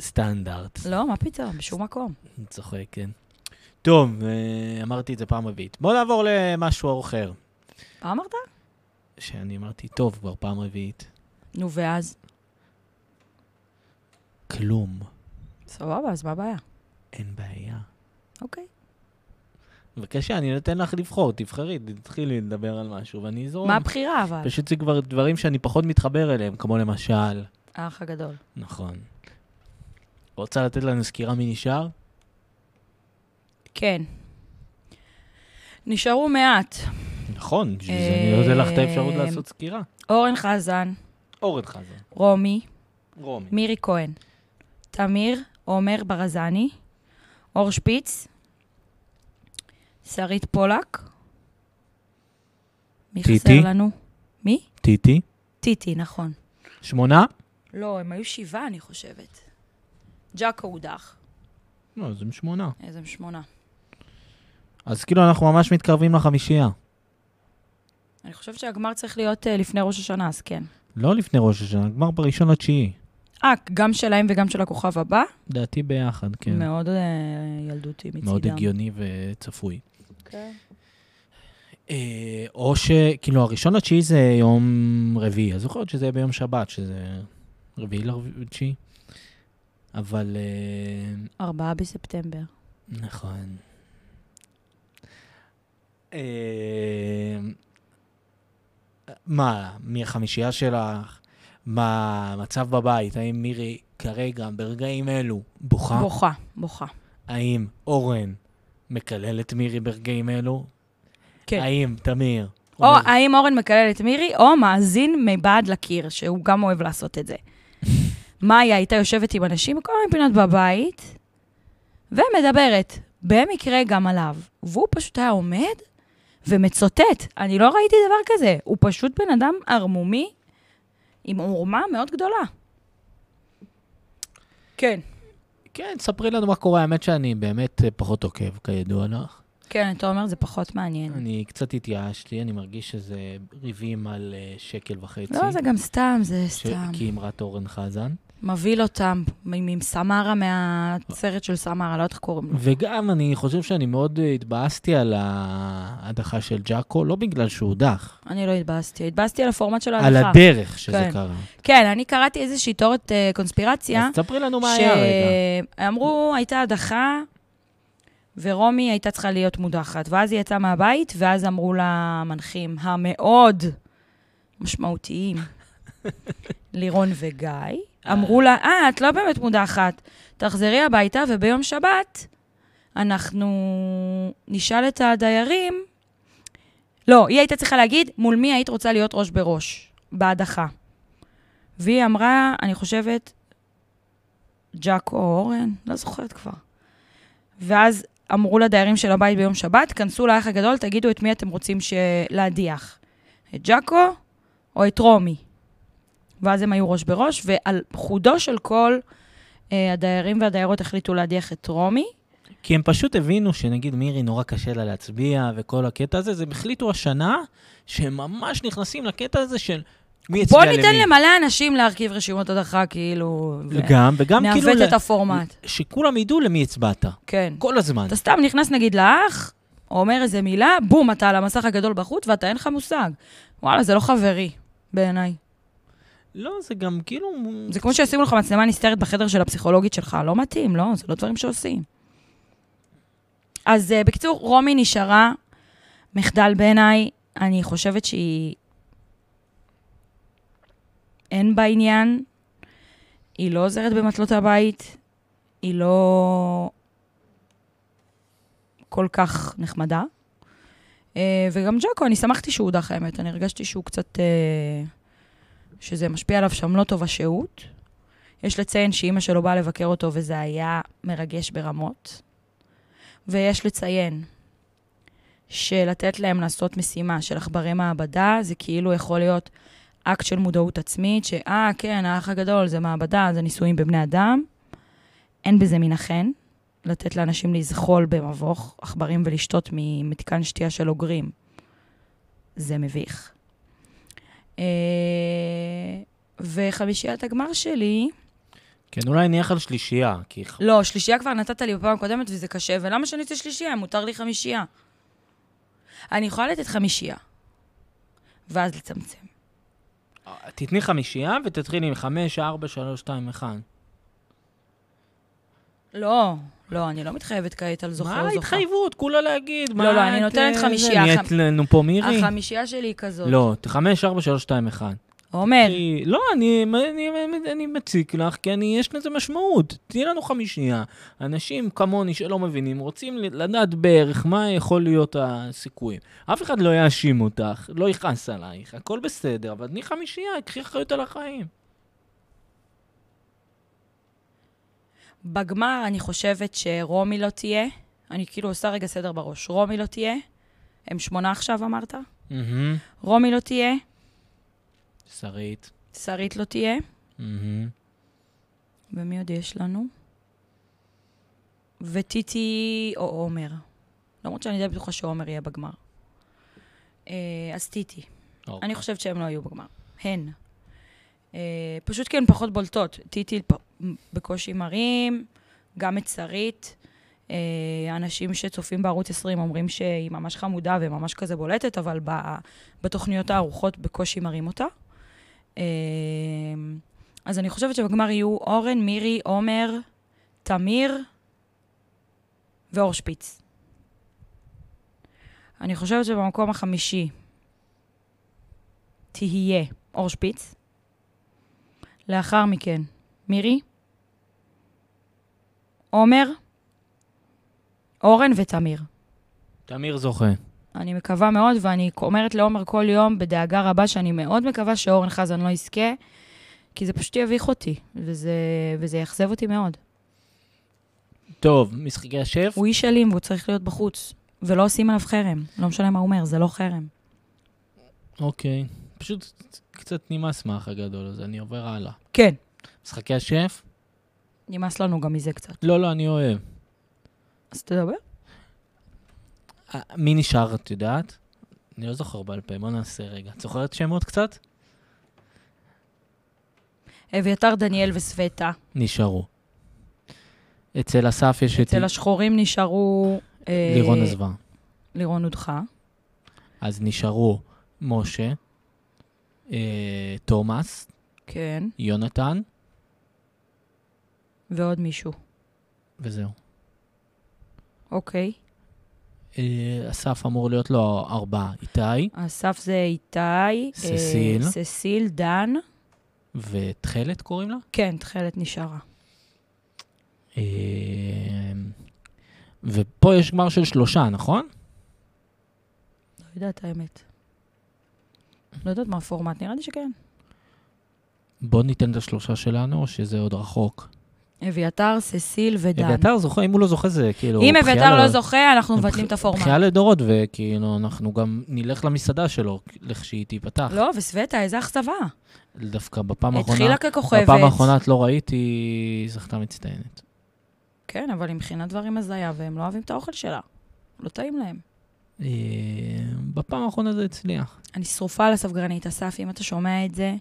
[SPEAKER 1] סטנדרט.
[SPEAKER 2] לא, מה פתאום? בשום מקום.
[SPEAKER 1] אני צוחק, כן. טוב, אה, אמרתי את זה פעם רביעית. בואו נעבור למשהו אחר,
[SPEAKER 2] מה אמרת?
[SPEAKER 1] שאני אמרתי, טוב, כבר פעם רביעית.
[SPEAKER 2] נו, ואז?
[SPEAKER 1] כלום.
[SPEAKER 2] סבבה, אז מה הבעיה?
[SPEAKER 1] אין בעיה.
[SPEAKER 2] אוקיי.
[SPEAKER 1] בבקשה, אני נותן לך לבחור, תבחרי, תתחילי לדבר על משהו ואני אזרום.
[SPEAKER 2] מה הבחירה אבל?
[SPEAKER 1] פשוט זה כבר דברים שאני פחות מתחבר אליהם, כמו למשל...
[SPEAKER 2] האח הגדול.
[SPEAKER 1] נכון. רוצה לתת לנו סקירה מי נשאר?
[SPEAKER 2] כן. נשארו מעט.
[SPEAKER 1] נכון, בשביל זה אני נותן לך את האפשרות
[SPEAKER 2] אה,
[SPEAKER 1] לעשות סקירה.
[SPEAKER 2] אורן חזן,
[SPEAKER 1] אורן חזן,
[SPEAKER 2] רומי,
[SPEAKER 1] רומי,
[SPEAKER 2] מירי כהן, תמיר, עומר ברזני, אור שפיץ, שרית פולק. מי
[SPEAKER 1] טיטי.
[SPEAKER 2] חסר לנו? מי?
[SPEAKER 1] טיטי,
[SPEAKER 2] טיטי, נכון.
[SPEAKER 1] שמונה?
[SPEAKER 2] לא, הם היו שבעה, אני חושבת. ג'אקו הודח.
[SPEAKER 1] לא, אז הם שמונה.
[SPEAKER 2] איזה שמונה.
[SPEAKER 1] אז כאילו אנחנו ממש מתקרבים לחמישייה.
[SPEAKER 2] אני חושבת שהגמר צריך להיות אה, לפני ראש השנה, אז כן.
[SPEAKER 1] לא לפני ראש השנה, גמר בראשון לתשיעי.
[SPEAKER 2] אה, גם שלהם וגם של הכוכב הבא?
[SPEAKER 1] לדעתי ביחד, כן.
[SPEAKER 2] כן. מאוד אה, ילדותי מצידם.
[SPEAKER 1] מאוד הגיוני וצפוי.
[SPEAKER 2] כן.
[SPEAKER 1] אה, או שכאילו הראשון לתשיעי זה יום רביעי, אז יכול להיות שזה יהיה ביום שבת, שזה רביעי לרביעי לתשיעי. אבל אה,
[SPEAKER 2] ארבעה בספטמבר.
[SPEAKER 1] נכון. אה, מה, מי החמישייה שלך? מה המצב בבית? האם מירי כרגע, ברגעים אלו, בוכה?
[SPEAKER 2] בוכה, בוכה.
[SPEAKER 1] האם אורן מקלל את מירי ברגעים אלו?
[SPEAKER 2] כן.
[SPEAKER 1] האם תמיר?
[SPEAKER 2] או
[SPEAKER 1] אומר-
[SPEAKER 2] האם אורן מקלל את מירי, או מאזין מבעד לקיר, שהוא גם אוהב
[SPEAKER 1] (laughs)
[SPEAKER 2] לעשות את זה. מאיה הייתה יושבת עם אנשים מכל מיני פינות בבית, ומדברת, במקרה גם עליו. והוא פשוט היה עומד ומצוטט. אני לא ראיתי דבר כזה. הוא פשוט בן אדם ערמומי עם עורמה מאוד גדולה. כן.
[SPEAKER 1] כן, ספרי לנו מה קורה. האמת שאני באמת אה, פחות עוקב, כידוע לך.
[SPEAKER 2] כן, אתה אומר, זה פחות מעניין.
[SPEAKER 1] אני קצת התייאשתי, אני מרגיש שזה ריבים על אה, שקל וחצי.
[SPEAKER 2] לא, זה גם סתם, זה
[SPEAKER 1] ש-
[SPEAKER 2] סתם.
[SPEAKER 1] כאמרת אורן חזן.
[SPEAKER 2] מבהיל אותם עם עם סמרה מהסרט של סמרה, לא יודעת איך קוראים לו.
[SPEAKER 1] וגם אני חושב שאני מאוד אה, התבאסתי על ההדחה של ג'אקו, לא בגלל שהוא הודח,
[SPEAKER 2] אני לא התבאסתי, התבאסתי על הפורמט של
[SPEAKER 1] על
[SPEAKER 2] ההדחה.
[SPEAKER 1] הדרך שזה
[SPEAKER 2] לא, כן.
[SPEAKER 1] קרה.
[SPEAKER 2] כן, אני קראתי איזושהי תיאוריית אה, קונספירציה,
[SPEAKER 1] אז תספרי לנו מה היה רגע.
[SPEAKER 2] שאמרו, הייתה הדחה, ורומי הייתה צריכה להיות מודחת. ואז היא יצאה מהבית, ואז אמרו למנחים המאוד
[SPEAKER 1] (laughs)
[SPEAKER 2] משמעותיים, לירון וגיא, אמרו לה, אה, את לא באמת מודחת, תחזרי הביתה, וביום שבת אנחנו נשאל את הדיירים, לא, היא הייתה צריכה להגיד, מול מי היית רוצה להיות ראש בראש, בהדחה. והיא אמרה, אני חושבת, ג'אק או אורן, לא זוכרת כבר. ואז אמרו לדיירים של הבית ביום שבת, כנסו לאח הגדול, תגידו את מי אתם רוצים ש... להדיח. את ג'אקו או את רומי. ואז הם היו ראש בראש, ועל חודו של כל אה, הדיירים והדיירות החליטו להדיח את רומי.
[SPEAKER 1] כי הם פשוט הבינו שנגיד מירי נורא קשה לה להצביע וכל הקטע הזה, אז הם החליטו השנה שהם ממש נכנסים לקטע הזה של מי הצביע
[SPEAKER 2] בואו
[SPEAKER 1] למי.
[SPEAKER 2] ניתן למלא אנשים להרכיב רשימות הדרכה, כאילו... ו-
[SPEAKER 1] גם, וגם כאילו...
[SPEAKER 2] נעוות את
[SPEAKER 1] ל-
[SPEAKER 2] הפורמט.
[SPEAKER 1] שכולם ידעו למי הצבעת.
[SPEAKER 2] כן.
[SPEAKER 1] כל הזמן.
[SPEAKER 2] אתה סתם נכנס נגיד לאח, אומר איזה מילה, בום, אתה על המסך הגדול בחוץ ואתה אין לך מושג. וואלה, זה לא חברי בעיניי.
[SPEAKER 1] לא, זה גם כאילו...
[SPEAKER 2] זה כמו שישימו לך מצלמה נסתרת בחדר של הפסיכולוגית שלך, לא מתאים, לא? זה לא דברים שעושים. אז uh, בקיצור, רומי נשארה מחדל בעיניי. אני חושבת שהיא... אין בה עניין, היא לא עוזרת במטלות הבית, היא לא כל כך נחמדה. אה, וגם ג'קו, אני שמחתי שהוא הודח, האמת. אני הרגשתי שהוא קצת... אה, שזה משפיע עליו שם לא טוב השהות. יש לציין שאימא שלו באה לבקר אותו וזה היה מרגש ברמות. ויש לציין שלתת להם לעשות משימה של עכברי מעבדה, זה כאילו יכול להיות אקט של מודעות עצמית, שאה, כן, האח הגדול זה מעבדה, זה ניסויים בבני אדם. אין בזה מן החן. לתת לאנשים לזחול במבוך עכברים ולשתות ממתקן שתייה של אוגרים. זה מביך. אה, וחמישיית אה, הגמר שלי,
[SPEAKER 1] כן, אולי נניח על שלישייה, כי... ח-
[SPEAKER 2] לא, שלישייה כבר נתת לי בפעם הקודמת וזה קשה, ולמה שאני אצא שלישייה? אם מותר לי חמישייה. אני יכולה לתת חמישייה, ואז לצמצם.
[SPEAKER 1] תתני חמישייה ותתחילי עם חמש, ארבע, שלוש, שתיים, אחד.
[SPEAKER 2] לא, לא, אני לא מתחייבת כעת על זוכה
[SPEAKER 1] מה
[SPEAKER 2] או זוכה.
[SPEAKER 1] ההתחייבות? כולה להגיד. אה,
[SPEAKER 2] לא, לא, אני נותנת חמישייה.
[SPEAKER 1] נהיית
[SPEAKER 2] הח-
[SPEAKER 1] לנו פה מירי?
[SPEAKER 2] החמישייה שלי היא כזאת.
[SPEAKER 1] לא, חמש, ארבע, שלוש, שתיים, אחד.
[SPEAKER 2] עומר,
[SPEAKER 1] כי- לא, אני, אני, אני, אני מציק לך, כי אני, יש לזה משמעות. תהיה לנו חמישייה. אנשים כמוני שלא מבינים, רוצים ל- לדעת בערך מה יכול להיות הסיכויים. אף אחד לא יאשים אותך, לא יכעס עלייך, הכל בסדר, אבל תני חמישייה, קחי אחריות על החיים.
[SPEAKER 2] בגמר אני חושבת שרומי לא תהיה. אני כאילו עושה רגע סדר בראש. רומי לא תהיה. הם שמונה עכשיו אמרת?
[SPEAKER 1] מהמם.
[SPEAKER 2] רומי לא תהיה.
[SPEAKER 1] שרית.
[SPEAKER 2] שרית לא תהיה.
[SPEAKER 1] מהמם.
[SPEAKER 2] ומי עוד יש לנו? וטיטי או עומר. למרות שאני די בטוחה שעומר יהיה בגמר. אה, אז טיטי.
[SPEAKER 1] אוקיי.
[SPEAKER 2] אני חושבת שהן לא יהיו בגמר. הן. אה, פשוט כי הן פחות בולטות. טיטי פ- בקושי מרים, גם את שרית. אה, אנשים שצופים בערוץ 20 אומרים שהיא ממש חמודה וממש כזה בולטת, אבל ב, בתוכניות הארוחות בקושי מרים אותה. אה, אז אני חושבת שבגמר יהיו אורן, מירי, עומר, תמיר ואור שפיץ. אני חושבת שבמקום החמישי תהיה אור שפיץ. לאחר מכן, מירי, עומר, אורן ותמיר.
[SPEAKER 1] תמיר זוכה.
[SPEAKER 2] אני מקווה מאוד, ואני אומרת לעומר כל יום בדאגה רבה שאני מאוד מקווה שאורן חזן לא יזכה, כי זה פשוט יביך אותי, וזה, וזה יאכזב אותי מאוד.
[SPEAKER 1] טוב, משחקי השף?
[SPEAKER 2] הוא איש אלים והוא צריך להיות בחוץ. ולא עושים עליו חרם. לא משנה מה הוא אומר, זה לא חרם.
[SPEAKER 1] אוקיי. פשוט קצת נמאס מהאח הגדול הזה, אני עובר הלאה.
[SPEAKER 2] כן,
[SPEAKER 1] משחקי השף?
[SPEAKER 2] נמאס לנו גם מזה קצת.
[SPEAKER 1] לא, לא, אני אוהב.
[SPEAKER 2] אז תדבר.
[SPEAKER 1] אה, מי נשאר, את יודעת? אני לא זוכר בעל פה, בוא נעשה רגע. את זוכרת שמות קצת?
[SPEAKER 2] אביתר דניאל וסווטה.
[SPEAKER 1] נשארו. אצל אסף יש את
[SPEAKER 2] אצל השחורים נשארו... אה,
[SPEAKER 1] לירון עזבה.
[SPEAKER 2] לירון הודחה.
[SPEAKER 1] אז נשארו משה, אה, תומאס,
[SPEAKER 2] כן.
[SPEAKER 1] יונתן,
[SPEAKER 2] ועוד מישהו.
[SPEAKER 1] וזהו.
[SPEAKER 2] אוקיי.
[SPEAKER 1] אה, אסף אמור להיות לו ארבעה, איתי
[SPEAKER 2] אסף זה איתי. אה,
[SPEAKER 1] ססיל.
[SPEAKER 2] ססיל, דן.
[SPEAKER 1] ותכלת קוראים לה.
[SPEAKER 2] כן, תכלת נשארה.
[SPEAKER 1] אה, ופה יש גמר של שלושה, נכון?
[SPEAKER 2] לא יודעת האמת. לא יודעת מה הפורמט, נראה לי שכן.
[SPEAKER 1] בוא ניתן את השלושה שלנו, או שזה עוד רחוק.
[SPEAKER 2] אביתר, ססיל ודן.
[SPEAKER 1] אביתר זוכה, אם הוא לא זוכה זה כאילו...
[SPEAKER 2] אם
[SPEAKER 1] בכייה
[SPEAKER 2] אביתר לא
[SPEAKER 1] לדורות.
[SPEAKER 2] זוכה, אנחנו
[SPEAKER 1] זה
[SPEAKER 2] מבטלים
[SPEAKER 1] בכ-
[SPEAKER 2] את הפורמט.
[SPEAKER 1] בכייה לדורות, וכאילו, אנחנו גם נלך למסעדה שלו, לכשהיא תיפתח.
[SPEAKER 2] לא, וסווטה, איזה אכזבה.
[SPEAKER 1] דווקא בפעם האחרונה...
[SPEAKER 2] התחילה ככוכבת.
[SPEAKER 1] בפעם האחרונה את לא ראיתי זכתה מצטיינת.
[SPEAKER 2] כן, אבל היא מכינה דברים הזיה, והם לא אוהבים את האוכל שלה. לא טעים להם.
[SPEAKER 1] אה, בפעם האחרונה זה הצליח.
[SPEAKER 2] אני שרופה על הספגרנית, אסף, אם אתה שומע את זה,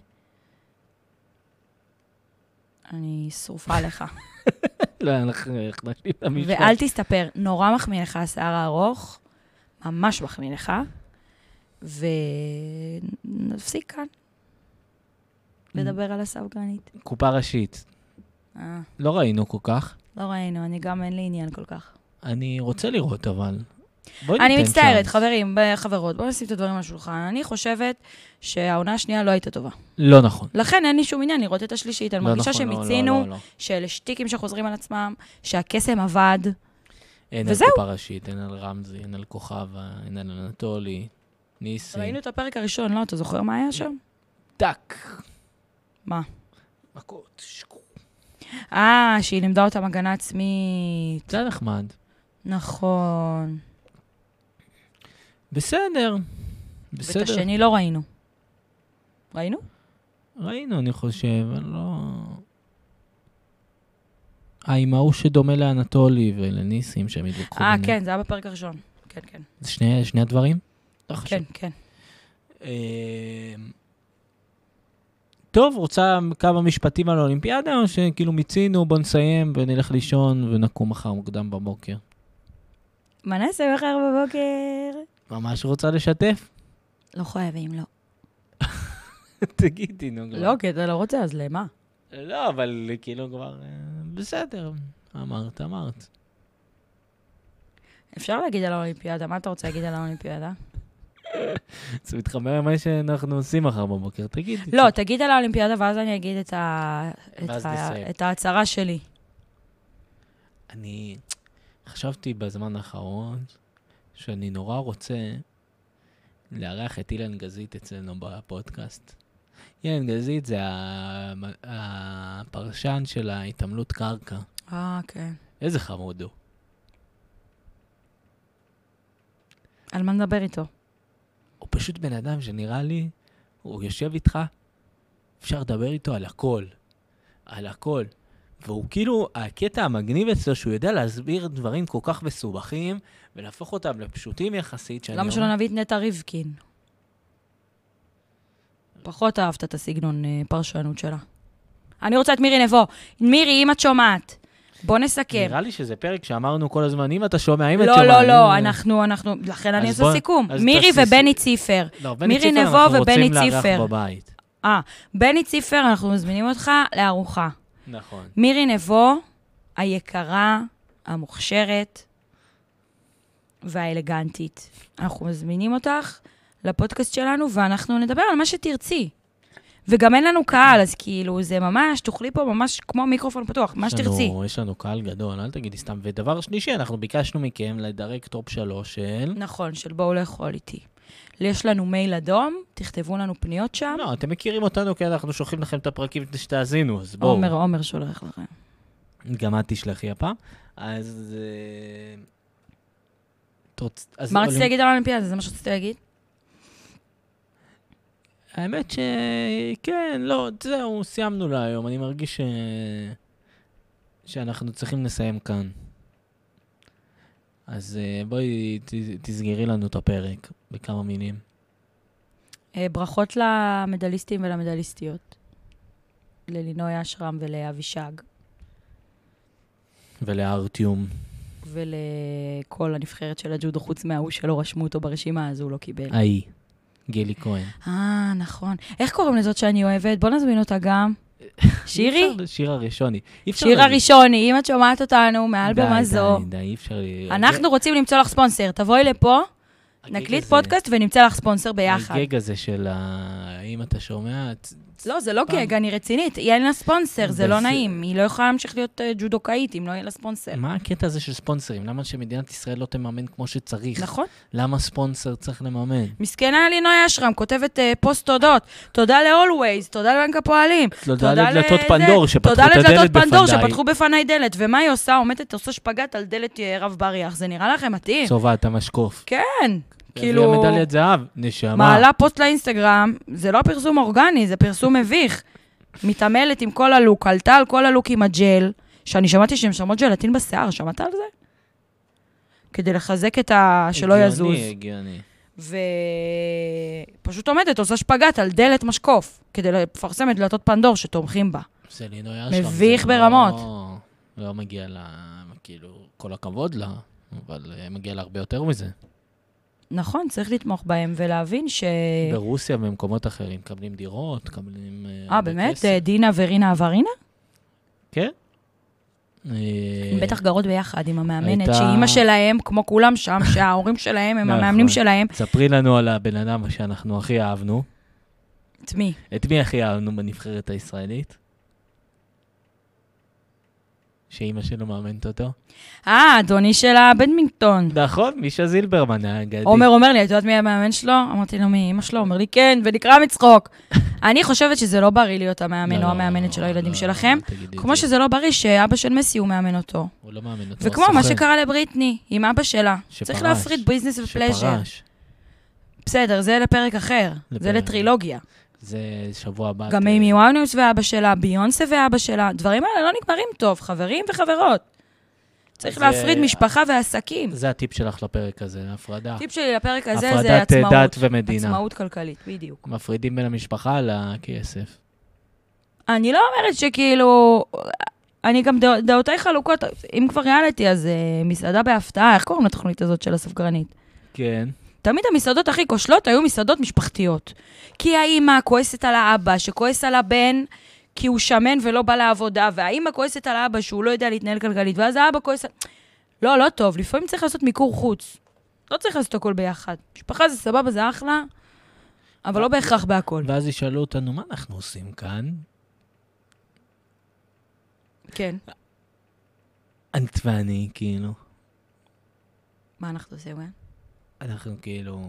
[SPEAKER 2] אני שרופה
[SPEAKER 1] (laughs)
[SPEAKER 2] עליך.
[SPEAKER 1] לא, היה לך איך להשלים את המשפט.
[SPEAKER 2] ואל תסתפר, נורא מחמיא לך השיער הארוך, ממש מחמיא לך, ונפסיק כאן
[SPEAKER 1] Mm.
[SPEAKER 2] לדבר על הספגרנית.
[SPEAKER 1] קופה ראשית.
[SPEAKER 2] אה,
[SPEAKER 1] לא ראינו כל כך.
[SPEAKER 2] לא ראינו, אני גם אין לי עניין כל כך.
[SPEAKER 1] אני רוצה לראות, אבל... בואי
[SPEAKER 2] אני
[SPEAKER 1] ניתן
[SPEAKER 2] מצטערת,
[SPEAKER 1] צ'אנס.
[SPEAKER 2] חברים, ב- חברות, בואו נשים את הדברים על השולחן. אני חושבת שהעונה השנייה לא הייתה טובה.
[SPEAKER 1] לא נכון.
[SPEAKER 2] לכן אין לי שום עניין לראות את השלישית. אני
[SPEAKER 1] לא
[SPEAKER 2] מרגישה
[SPEAKER 1] נכון, לא, לא,
[SPEAKER 2] שמיצינו,
[SPEAKER 1] לא, לא.
[SPEAKER 2] שאלה שטיקים שחוזרים על עצמם, שהקסם עבד.
[SPEAKER 1] אין
[SPEAKER 2] וזהו.
[SPEAKER 1] על קופה ראשית, אין על רמזי, אין על כוכבה, אין על אנטולי, ניסי.
[SPEAKER 2] ראינו את הפרק הראשון, לא? אתה זוכר מה היה שם?
[SPEAKER 1] טאק.
[SPEAKER 2] מה?
[SPEAKER 1] מכות, שקו.
[SPEAKER 2] אה, שהיא לימדה אותם הגנה עצמית.
[SPEAKER 1] זה היה נחמד.
[SPEAKER 2] נכון.
[SPEAKER 1] בסדר.
[SPEAKER 2] בסדר. ואת
[SPEAKER 1] בסדר.
[SPEAKER 2] השני לא ראינו. ראינו?
[SPEAKER 1] ראינו, אני חושב, אני לא... אה, עם ההוא שדומה לאנטולי ולניסים שהם התווכחו.
[SPEAKER 2] אה,
[SPEAKER 1] ביניהם.
[SPEAKER 2] כן, זה היה בפרק הראשון. כן, כן.
[SPEAKER 1] זה שני, שני הדברים? לא חשוב.
[SPEAKER 2] כן, כן.
[SPEAKER 1] אמ, טוב, רוצה כמה משפטים על האולימפיאדה, או שכאילו מיצינו, בוא נסיים ונלך לישון ונקום מחר מוקדם בבוקר?
[SPEAKER 2] מה נעשה מחר בבוקר?
[SPEAKER 1] ממש רוצה לשתף? (laughs)
[SPEAKER 2] לא חייבים, לא.
[SPEAKER 1] תגידי, נו, כבר.
[SPEAKER 2] לא, כי אתה לא רוצה, אז למה?
[SPEAKER 1] לא, אבל כאילו כבר... אה, בסדר, אמרת, אמרת.
[SPEAKER 2] אפשר להגיד על האולימפיאדה, מה אתה רוצה להגיד על האולימפיאדה?
[SPEAKER 1] זה מתחבר עם מה שאנחנו עושים מחר בבוקר, תגידי.
[SPEAKER 2] לא, תגיד על האולימפיאדה ואז אני אגיד את ה- את
[SPEAKER 1] ואז
[SPEAKER 2] ה-
[SPEAKER 1] נסיים.
[SPEAKER 2] את ההצהרה שלי.
[SPEAKER 1] אני חשבתי בזמן האחרון שאני נורא רוצה לארח את אילן גזית אצלנו בפודקאסט. אילן גזית זה המ- הפרשן של ההתעמלות קרקע.
[SPEAKER 2] אה, כן.
[SPEAKER 1] איזה חמוד הוא.
[SPEAKER 2] על מה נדבר איתו?
[SPEAKER 1] הוא פשוט בן אדם שנראה לי, הוא יושב איתך, אפשר לדבר איתו על הכל. על הכל. והוא כאילו, הקטע המגניב אצלו, שהוא יודע להסביר דברים כל כך מסובכים, ולהפוך אותם לפשוטים יחסית, שאני
[SPEAKER 2] למה שלא נביא את נטע ריבקין? פחות אהבת את הסגנון אה, פרשנות שלה. אני רוצה את מירי נבו. מירי, אם את שומעת, בוא נסכם.
[SPEAKER 1] נראה לי שזה פרק שאמרנו כל הזמן, אם אתה שומע, אם את
[SPEAKER 2] לא,
[SPEAKER 1] שומע.
[SPEAKER 2] לא,
[SPEAKER 1] אם-
[SPEAKER 2] לא, אנחנו, אנחנו, לכן אני עושה
[SPEAKER 1] בוא-
[SPEAKER 2] סיכום.
[SPEAKER 1] אז
[SPEAKER 2] מירי
[SPEAKER 1] תעשי
[SPEAKER 2] ובני ציפר.
[SPEAKER 1] לא, בני
[SPEAKER 2] מירי
[SPEAKER 1] ציפר
[SPEAKER 2] נבו
[SPEAKER 1] אנחנו
[SPEAKER 2] ובני
[SPEAKER 1] רוצים לארח
[SPEAKER 2] ציפר.
[SPEAKER 1] בבית.
[SPEAKER 2] אה, בני ציפר, אנחנו מזמינים אותך לארוחה.
[SPEAKER 1] נכון.
[SPEAKER 2] מירי נבו, היקרה, המוכשרת והאלגנטית. אנחנו מזמינים אותך לפודקאסט שלנו, ואנחנו נדבר על מה שתרצי. וגם אין לנו קהל, אז כאילו, זה ממש, תאכלי פה ממש כמו מיקרופון פתוח, מה
[SPEAKER 1] יש לנו-
[SPEAKER 2] שתרצי.
[SPEAKER 1] יש לנו קהל גדול, אל תגידי סתם. ודבר שלישי, אנחנו ביקשנו מכם לדרג טופ שלוש של...
[SPEAKER 2] נכון, של בואו לאכול איתי. יש לנו מייל אדום, תכתבו לנו פניות שם.
[SPEAKER 1] לא, אתם מכירים אותנו כי אנחנו שולחים לכם את הפרקים כדי שתאזינו, אז בואו.
[SPEAKER 2] עומר, עומר שולח לכם.
[SPEAKER 1] גם את תשלחי הפעם. אז אה, את רוצ... אז
[SPEAKER 2] מה רציתי
[SPEAKER 1] אולימפ-
[SPEAKER 2] להגיד על האולימפיאדה? זה מה שרציתי להגיד?
[SPEAKER 1] האמת שכן, לא, זהו, סיימנו להיום. אני מרגיש ש... שאנחנו צריכים לסיים כאן. אז אה, בואי ת... תסגרי לנו את הפרק בכמה מילים.
[SPEAKER 2] אה, ברכות למדליסטים ולמדליסטיות. ללינוי אשרם ולאבישג
[SPEAKER 1] ולארטיום.
[SPEAKER 2] ולכל הנבחרת של הג'ודו, חוץ מההוא שלא רשמו אותו ברשימה, אז הוא לא קיבל.
[SPEAKER 1] ההיא. גילי כהן.
[SPEAKER 2] אה, נכון. איך קוראים לזאת שאני אוהבת? בוא נזמין אותה
[SPEAKER 1] (laughs)
[SPEAKER 2] גם. שירי?
[SPEAKER 1] אי אפשר- שיר הראשוני. אי אפשר
[SPEAKER 2] שיר
[SPEAKER 1] להגיד-
[SPEAKER 2] הראשוני, אם את שומעת אותנו, מעל
[SPEAKER 1] די,
[SPEAKER 2] במה
[SPEAKER 1] די,
[SPEAKER 2] זו.
[SPEAKER 1] די, אי אפשר...
[SPEAKER 2] אנחנו רוצים למצוא לך ספונסר. תבואי לפה,
[SPEAKER 1] הגיג
[SPEAKER 2] נקליט
[SPEAKER 1] הזה-
[SPEAKER 2] פודקאסט ונמצא לך ספונסר ביחד.
[SPEAKER 1] הגג הזה של ה... אם אתה שומע... צ- צ-
[SPEAKER 2] לא, זה לא
[SPEAKER 1] פעם-
[SPEAKER 2] גג, אני רצינית. היא אין לה ספונסר, זה לא
[SPEAKER 1] וזה-
[SPEAKER 2] נעים. היא לא יכולה להמשיך להיות אה, ג'ודוקאית אם לא יהיה לה ספונסר.
[SPEAKER 1] מה הקטע הזה של ספונסרים? למה שמדינת ישראל לא תממן כמו שצריך?
[SPEAKER 2] נכון.
[SPEAKER 1] למה ספונסר צריך לממן?
[SPEAKER 2] מסכנה לינוי אשרם, כותבת אה, פוסט תודות. תודה ל-Always, תודה לבנק הפועלים.
[SPEAKER 1] תודה לדלתות
[SPEAKER 2] לזה.
[SPEAKER 1] פנדור שפתחו את
[SPEAKER 2] תודה לדלתות
[SPEAKER 1] הדלת
[SPEAKER 2] פנדור
[SPEAKER 1] בפניי.
[SPEAKER 2] שפתחו בפניי דלת. ומה היא עושה? עומדת, עושה שפגאט על דלת אה, רב בריח. זה נראה לכם מתאים?
[SPEAKER 1] צובע את המשקוף.
[SPEAKER 2] כן.
[SPEAKER 1] הביאה
[SPEAKER 2] כאילו,
[SPEAKER 1] מדליית זהב, נשמה.
[SPEAKER 2] מעלה פוסט לאינסטגרם, זה לא פרסום אורגני, זה פרסום מביך. מתעמלת עם כל הלוק, עלתה על כל הלוק עם הג'ל, שאני שמעתי שהן שמות ג'לטין בשיער, שמעת על זה? כדי לחזק את ה... שלא יזוז.
[SPEAKER 1] הגיוני, הגיוני.
[SPEAKER 2] ופשוט עומדת, עושה שפגאט על דלת משקוף, כדי לפרסם את דלתות פנדור שתומכים בה.
[SPEAKER 1] זה לינוי אשרם.
[SPEAKER 2] מביך
[SPEAKER 1] זה
[SPEAKER 2] ברמות.
[SPEAKER 1] לא- לא מגיע לה, כאילו, כל הכבוד לה, אבל אה, מגיע לה הרבה יותר מזה.
[SPEAKER 2] נכון, צריך לתמוך בהם ולהבין ש...
[SPEAKER 1] ברוסיה ובמקומות אחרים מקבלים דירות, מקבלים...
[SPEAKER 2] אה,
[SPEAKER 1] הרבה
[SPEAKER 2] באמת?
[SPEAKER 1] כסף.
[SPEAKER 2] דינה ורינה אברינה?
[SPEAKER 1] כן. אה,
[SPEAKER 2] הן בטח גרות ביחד עם המאמנת,
[SPEAKER 1] הייתה-
[SPEAKER 2] שאימא שלהם, כמו כולם שם, שההורים שלהם הם
[SPEAKER 1] נכון.
[SPEAKER 2] המאמנים שלהם.
[SPEAKER 1] ספרי לנו על הבן אדם שאנחנו הכי אהבנו.
[SPEAKER 2] את מי?
[SPEAKER 1] את מי הכי אהבנו בנבחרת הישראלית? שאימא שלו מאמנת אותו.
[SPEAKER 2] אה, אדוני של הבדמינגטון.
[SPEAKER 1] נכון, מישה זילברמן האגדי.
[SPEAKER 2] עומר אומר לי, את יודעת מי המאמן שלו? אמרתי לו, מי אימא שלו? אומר לי, כן, ונקרע מצחוק. אני חושבת שזה לא בריא להיות המאמן או המאמנת
[SPEAKER 1] לא,
[SPEAKER 2] של הילדים שלכם, כמו שזה לא בריא שאבא של מסי הוא מאמן אותו.
[SPEAKER 1] הוא לא מאמן אותו,
[SPEAKER 2] וכמו מה שקרה לבריטני, עם אבא שלה.
[SPEAKER 1] שפרש.
[SPEAKER 2] צריך להפריד ביזנס ופלז'ר.
[SPEAKER 1] שפרש.
[SPEAKER 2] בסדר, זה לפרק אחר. זה
[SPEAKER 1] לפרק. אוקיי.
[SPEAKER 2] לטרילוגיה.
[SPEAKER 1] זה שבוע הבא.
[SPEAKER 2] גם
[SPEAKER 1] אה,
[SPEAKER 2] אימי וואניוס ואבא שלה, ביונסה ואבא שלה, הדברים האלה לא נגמרים טוב, חברים וחברות. צריך
[SPEAKER 1] זה-
[SPEAKER 2] להפריד משפחה ועסקים.
[SPEAKER 1] זה הטיפ שלך לפרק הזה, הפרדה.
[SPEAKER 2] הטיפ שלי לפרק הזה זה
[SPEAKER 1] הפרדת אה, דת
[SPEAKER 2] עצמאות.
[SPEAKER 1] ומדינה.
[SPEAKER 2] עצמאות כלכלית, בדיוק.
[SPEAKER 1] מפרידים בין המשפחה לכסף.
[SPEAKER 2] אני לא אומרת שכאילו... אני גם, דע- דעותיי חלוקות, אם כבר ריאליטי, אז אה, מסעדה בהפתעה, איך קוראים לתוכנית הזאת של הספגרנית?
[SPEAKER 1] כן.
[SPEAKER 2] תמיד המסעדות הכי כושלות היו מסעדות משפחתיות. כי האימא כועסת על האבא, שכועס על הבן כי הוא שמן ולא בא לעבודה, והאימא כועסת על האבא שהוא לא יודע להתנהל כלכלית, ואז האבא כועס על... לא, לא טוב, לפעמים צריך לעשות מיקור חוץ. לא צריך לעשות הכל ביחד. משפחה זה סבבה, זה אחלה, אבל לא בהכרח בהכל.
[SPEAKER 1] ואז ישאלו אותנו, מה אנחנו עושים כאן?
[SPEAKER 2] כן.
[SPEAKER 1] את ואני, כאילו.
[SPEAKER 2] מה אנחנו עושים, כן?
[SPEAKER 1] אנחנו כאילו...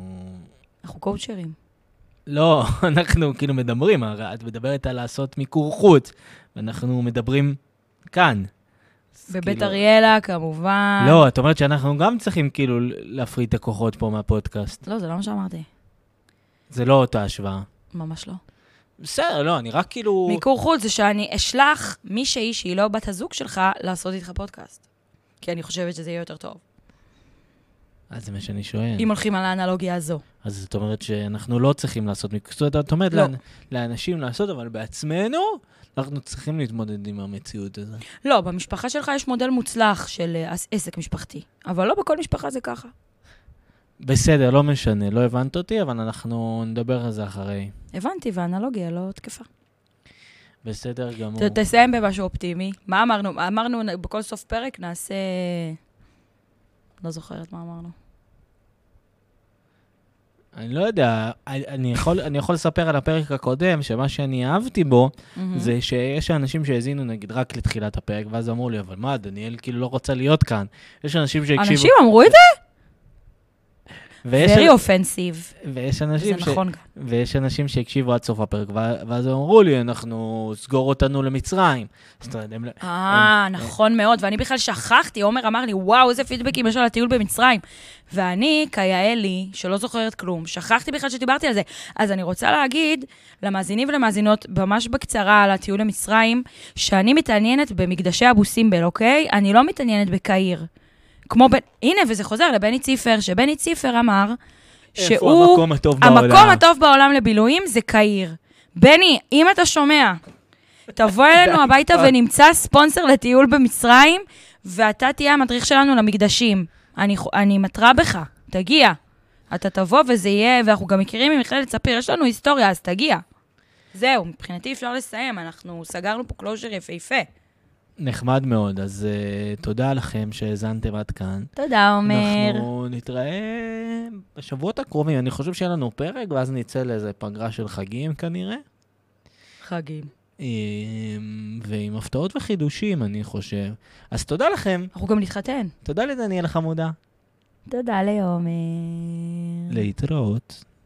[SPEAKER 2] אנחנו קואוצ'רים.
[SPEAKER 1] לא, (laughs) אנחנו כאילו מדברים, הרי את מדברת על לעשות מיקור חוץ, ואנחנו מדברים כאן. אז
[SPEAKER 2] בבית
[SPEAKER 1] כאילו-
[SPEAKER 2] אריאלה, כמובן.
[SPEAKER 1] לא, את אומרת שאנחנו גם צריכים כאילו להפריד את הכוחות פה מהפודקאסט.
[SPEAKER 2] לא, זה לא מה שאמרתי.
[SPEAKER 1] זה לא אותה השוואה.
[SPEAKER 2] ממש לא.
[SPEAKER 1] בסדר, לא, אני רק כאילו...
[SPEAKER 2] מיקור חוץ זה שאני אשלח מישהי שהיא לא בת הזוג שלך לעשות איתך פודקאסט. כי אני חושבת שזה יהיה יותר טוב.
[SPEAKER 1] אז זה מה שאני שואל.
[SPEAKER 2] אם הולכים על האנלוגיה הזו.
[SPEAKER 1] אז זאת אומרת שאנחנו לא צריכים לעשות מיקור חוץ. זאת אומרת, את אומרת
[SPEAKER 2] לא.
[SPEAKER 1] לאנ- לאנשים לעשות, אבל בעצמנו, אנחנו צריכים להתמודד עם המציאות הזאת.
[SPEAKER 2] לא, במשפחה שלך יש מודל מוצלח של אה, עס- עסק משפחתי. אבל לא בכל משפחה זה ככה.
[SPEAKER 1] בסדר, לא משנה, לא הבנת אותי, אבל אנחנו נדבר על זה אחרי.
[SPEAKER 2] הבנתי, והאנלוגיה לא תקפה.
[SPEAKER 1] בסדר גמור.
[SPEAKER 2] ת- תסיים במשהו אופטימי. מה אמרנו? אמרנו, נ- בכל סוף פרק נעשה... לא זוכרת מה אמרנו.
[SPEAKER 1] אני לא יודע, אני- אני יכול, אני יכול לספר על הפרק הקודם, שמה שאני אהבתי בו,
[SPEAKER 2] מהמם.
[SPEAKER 1] זה שיש אנשים שהאזינו נגיד רק לתחילת הפרק, ואז אמרו לי, אבל מה, דניאל כאילו לא רוצה להיות כאן. יש אנשים שהקשיבו...
[SPEAKER 2] אנשים אמרו את זה?
[SPEAKER 1] ויש,
[SPEAKER 2] very offensive,
[SPEAKER 1] ויש
[SPEAKER 2] זה
[SPEAKER 1] אנשים ש...
[SPEAKER 2] נכון גם.
[SPEAKER 1] ויש אנשים שהקשיבו עד סוף הפרק, ו- ואז הם אמרו לי, אנחנו, סגור אותנו למצרים. זאת אומרת, הם... לא-
[SPEAKER 2] אה, נכון מאוד, ואני בכלל שכחתי, עומר אמר לי, וואו, איזה פידבקים יש על הטיול במצרים. ואני, כיעלי, שלא זוכרת כלום, שכחתי בכלל שדיברתי על זה. אז אני רוצה להגיד למאזינים ולמאזינות, ממש בקצרה על הטיול למצרים, שאני מתעניינת במקדשי אבו סימבל, אוקיי? אני לא מתעניינת בקהיר. כמו בן... הנה, וזה חוזר לבני ציפר, שבני ציפר אמר שהוא...
[SPEAKER 1] איפה המקום הטוב בעולם?
[SPEAKER 2] המקום הטוב בעולם לבילויים זה קהיר. בני, אם אתה שומע,
[SPEAKER 1] (laughs)
[SPEAKER 2] תבוא אלינו הביתה ונמצא ספונסר לטיול במצרים, ואתה תהיה המדריך שלנו למקדשים. אני, חו- אני מתרה בך, תגיע. אתה תבוא וזה יהיה, ואנחנו גם מכירים ממכללת ספיר, יש לנו היסטוריה, אז תגיע. זהו, מבחינתי אפשר לסיים, אנחנו סגרנו פה קלוז'ר יפהפה.
[SPEAKER 1] נחמד מאוד, אז uh, תודה לכם שהאזנתם עד כאן.
[SPEAKER 2] תודה, עומר.
[SPEAKER 1] אנחנו נתראה בשבועות הקרובים. אני חושב שיהיה לנו פרק, ואז נצא לאיזה פגרה של חגים כנראה.
[SPEAKER 2] חגים.
[SPEAKER 1] אמ, ועם הפתעות וחידושים, אני חושב. אז תודה לכם.
[SPEAKER 2] אנחנו גם נתחתן.
[SPEAKER 1] תודה לדניאל החמודה.
[SPEAKER 2] תודה לעומר.
[SPEAKER 1] להתראות.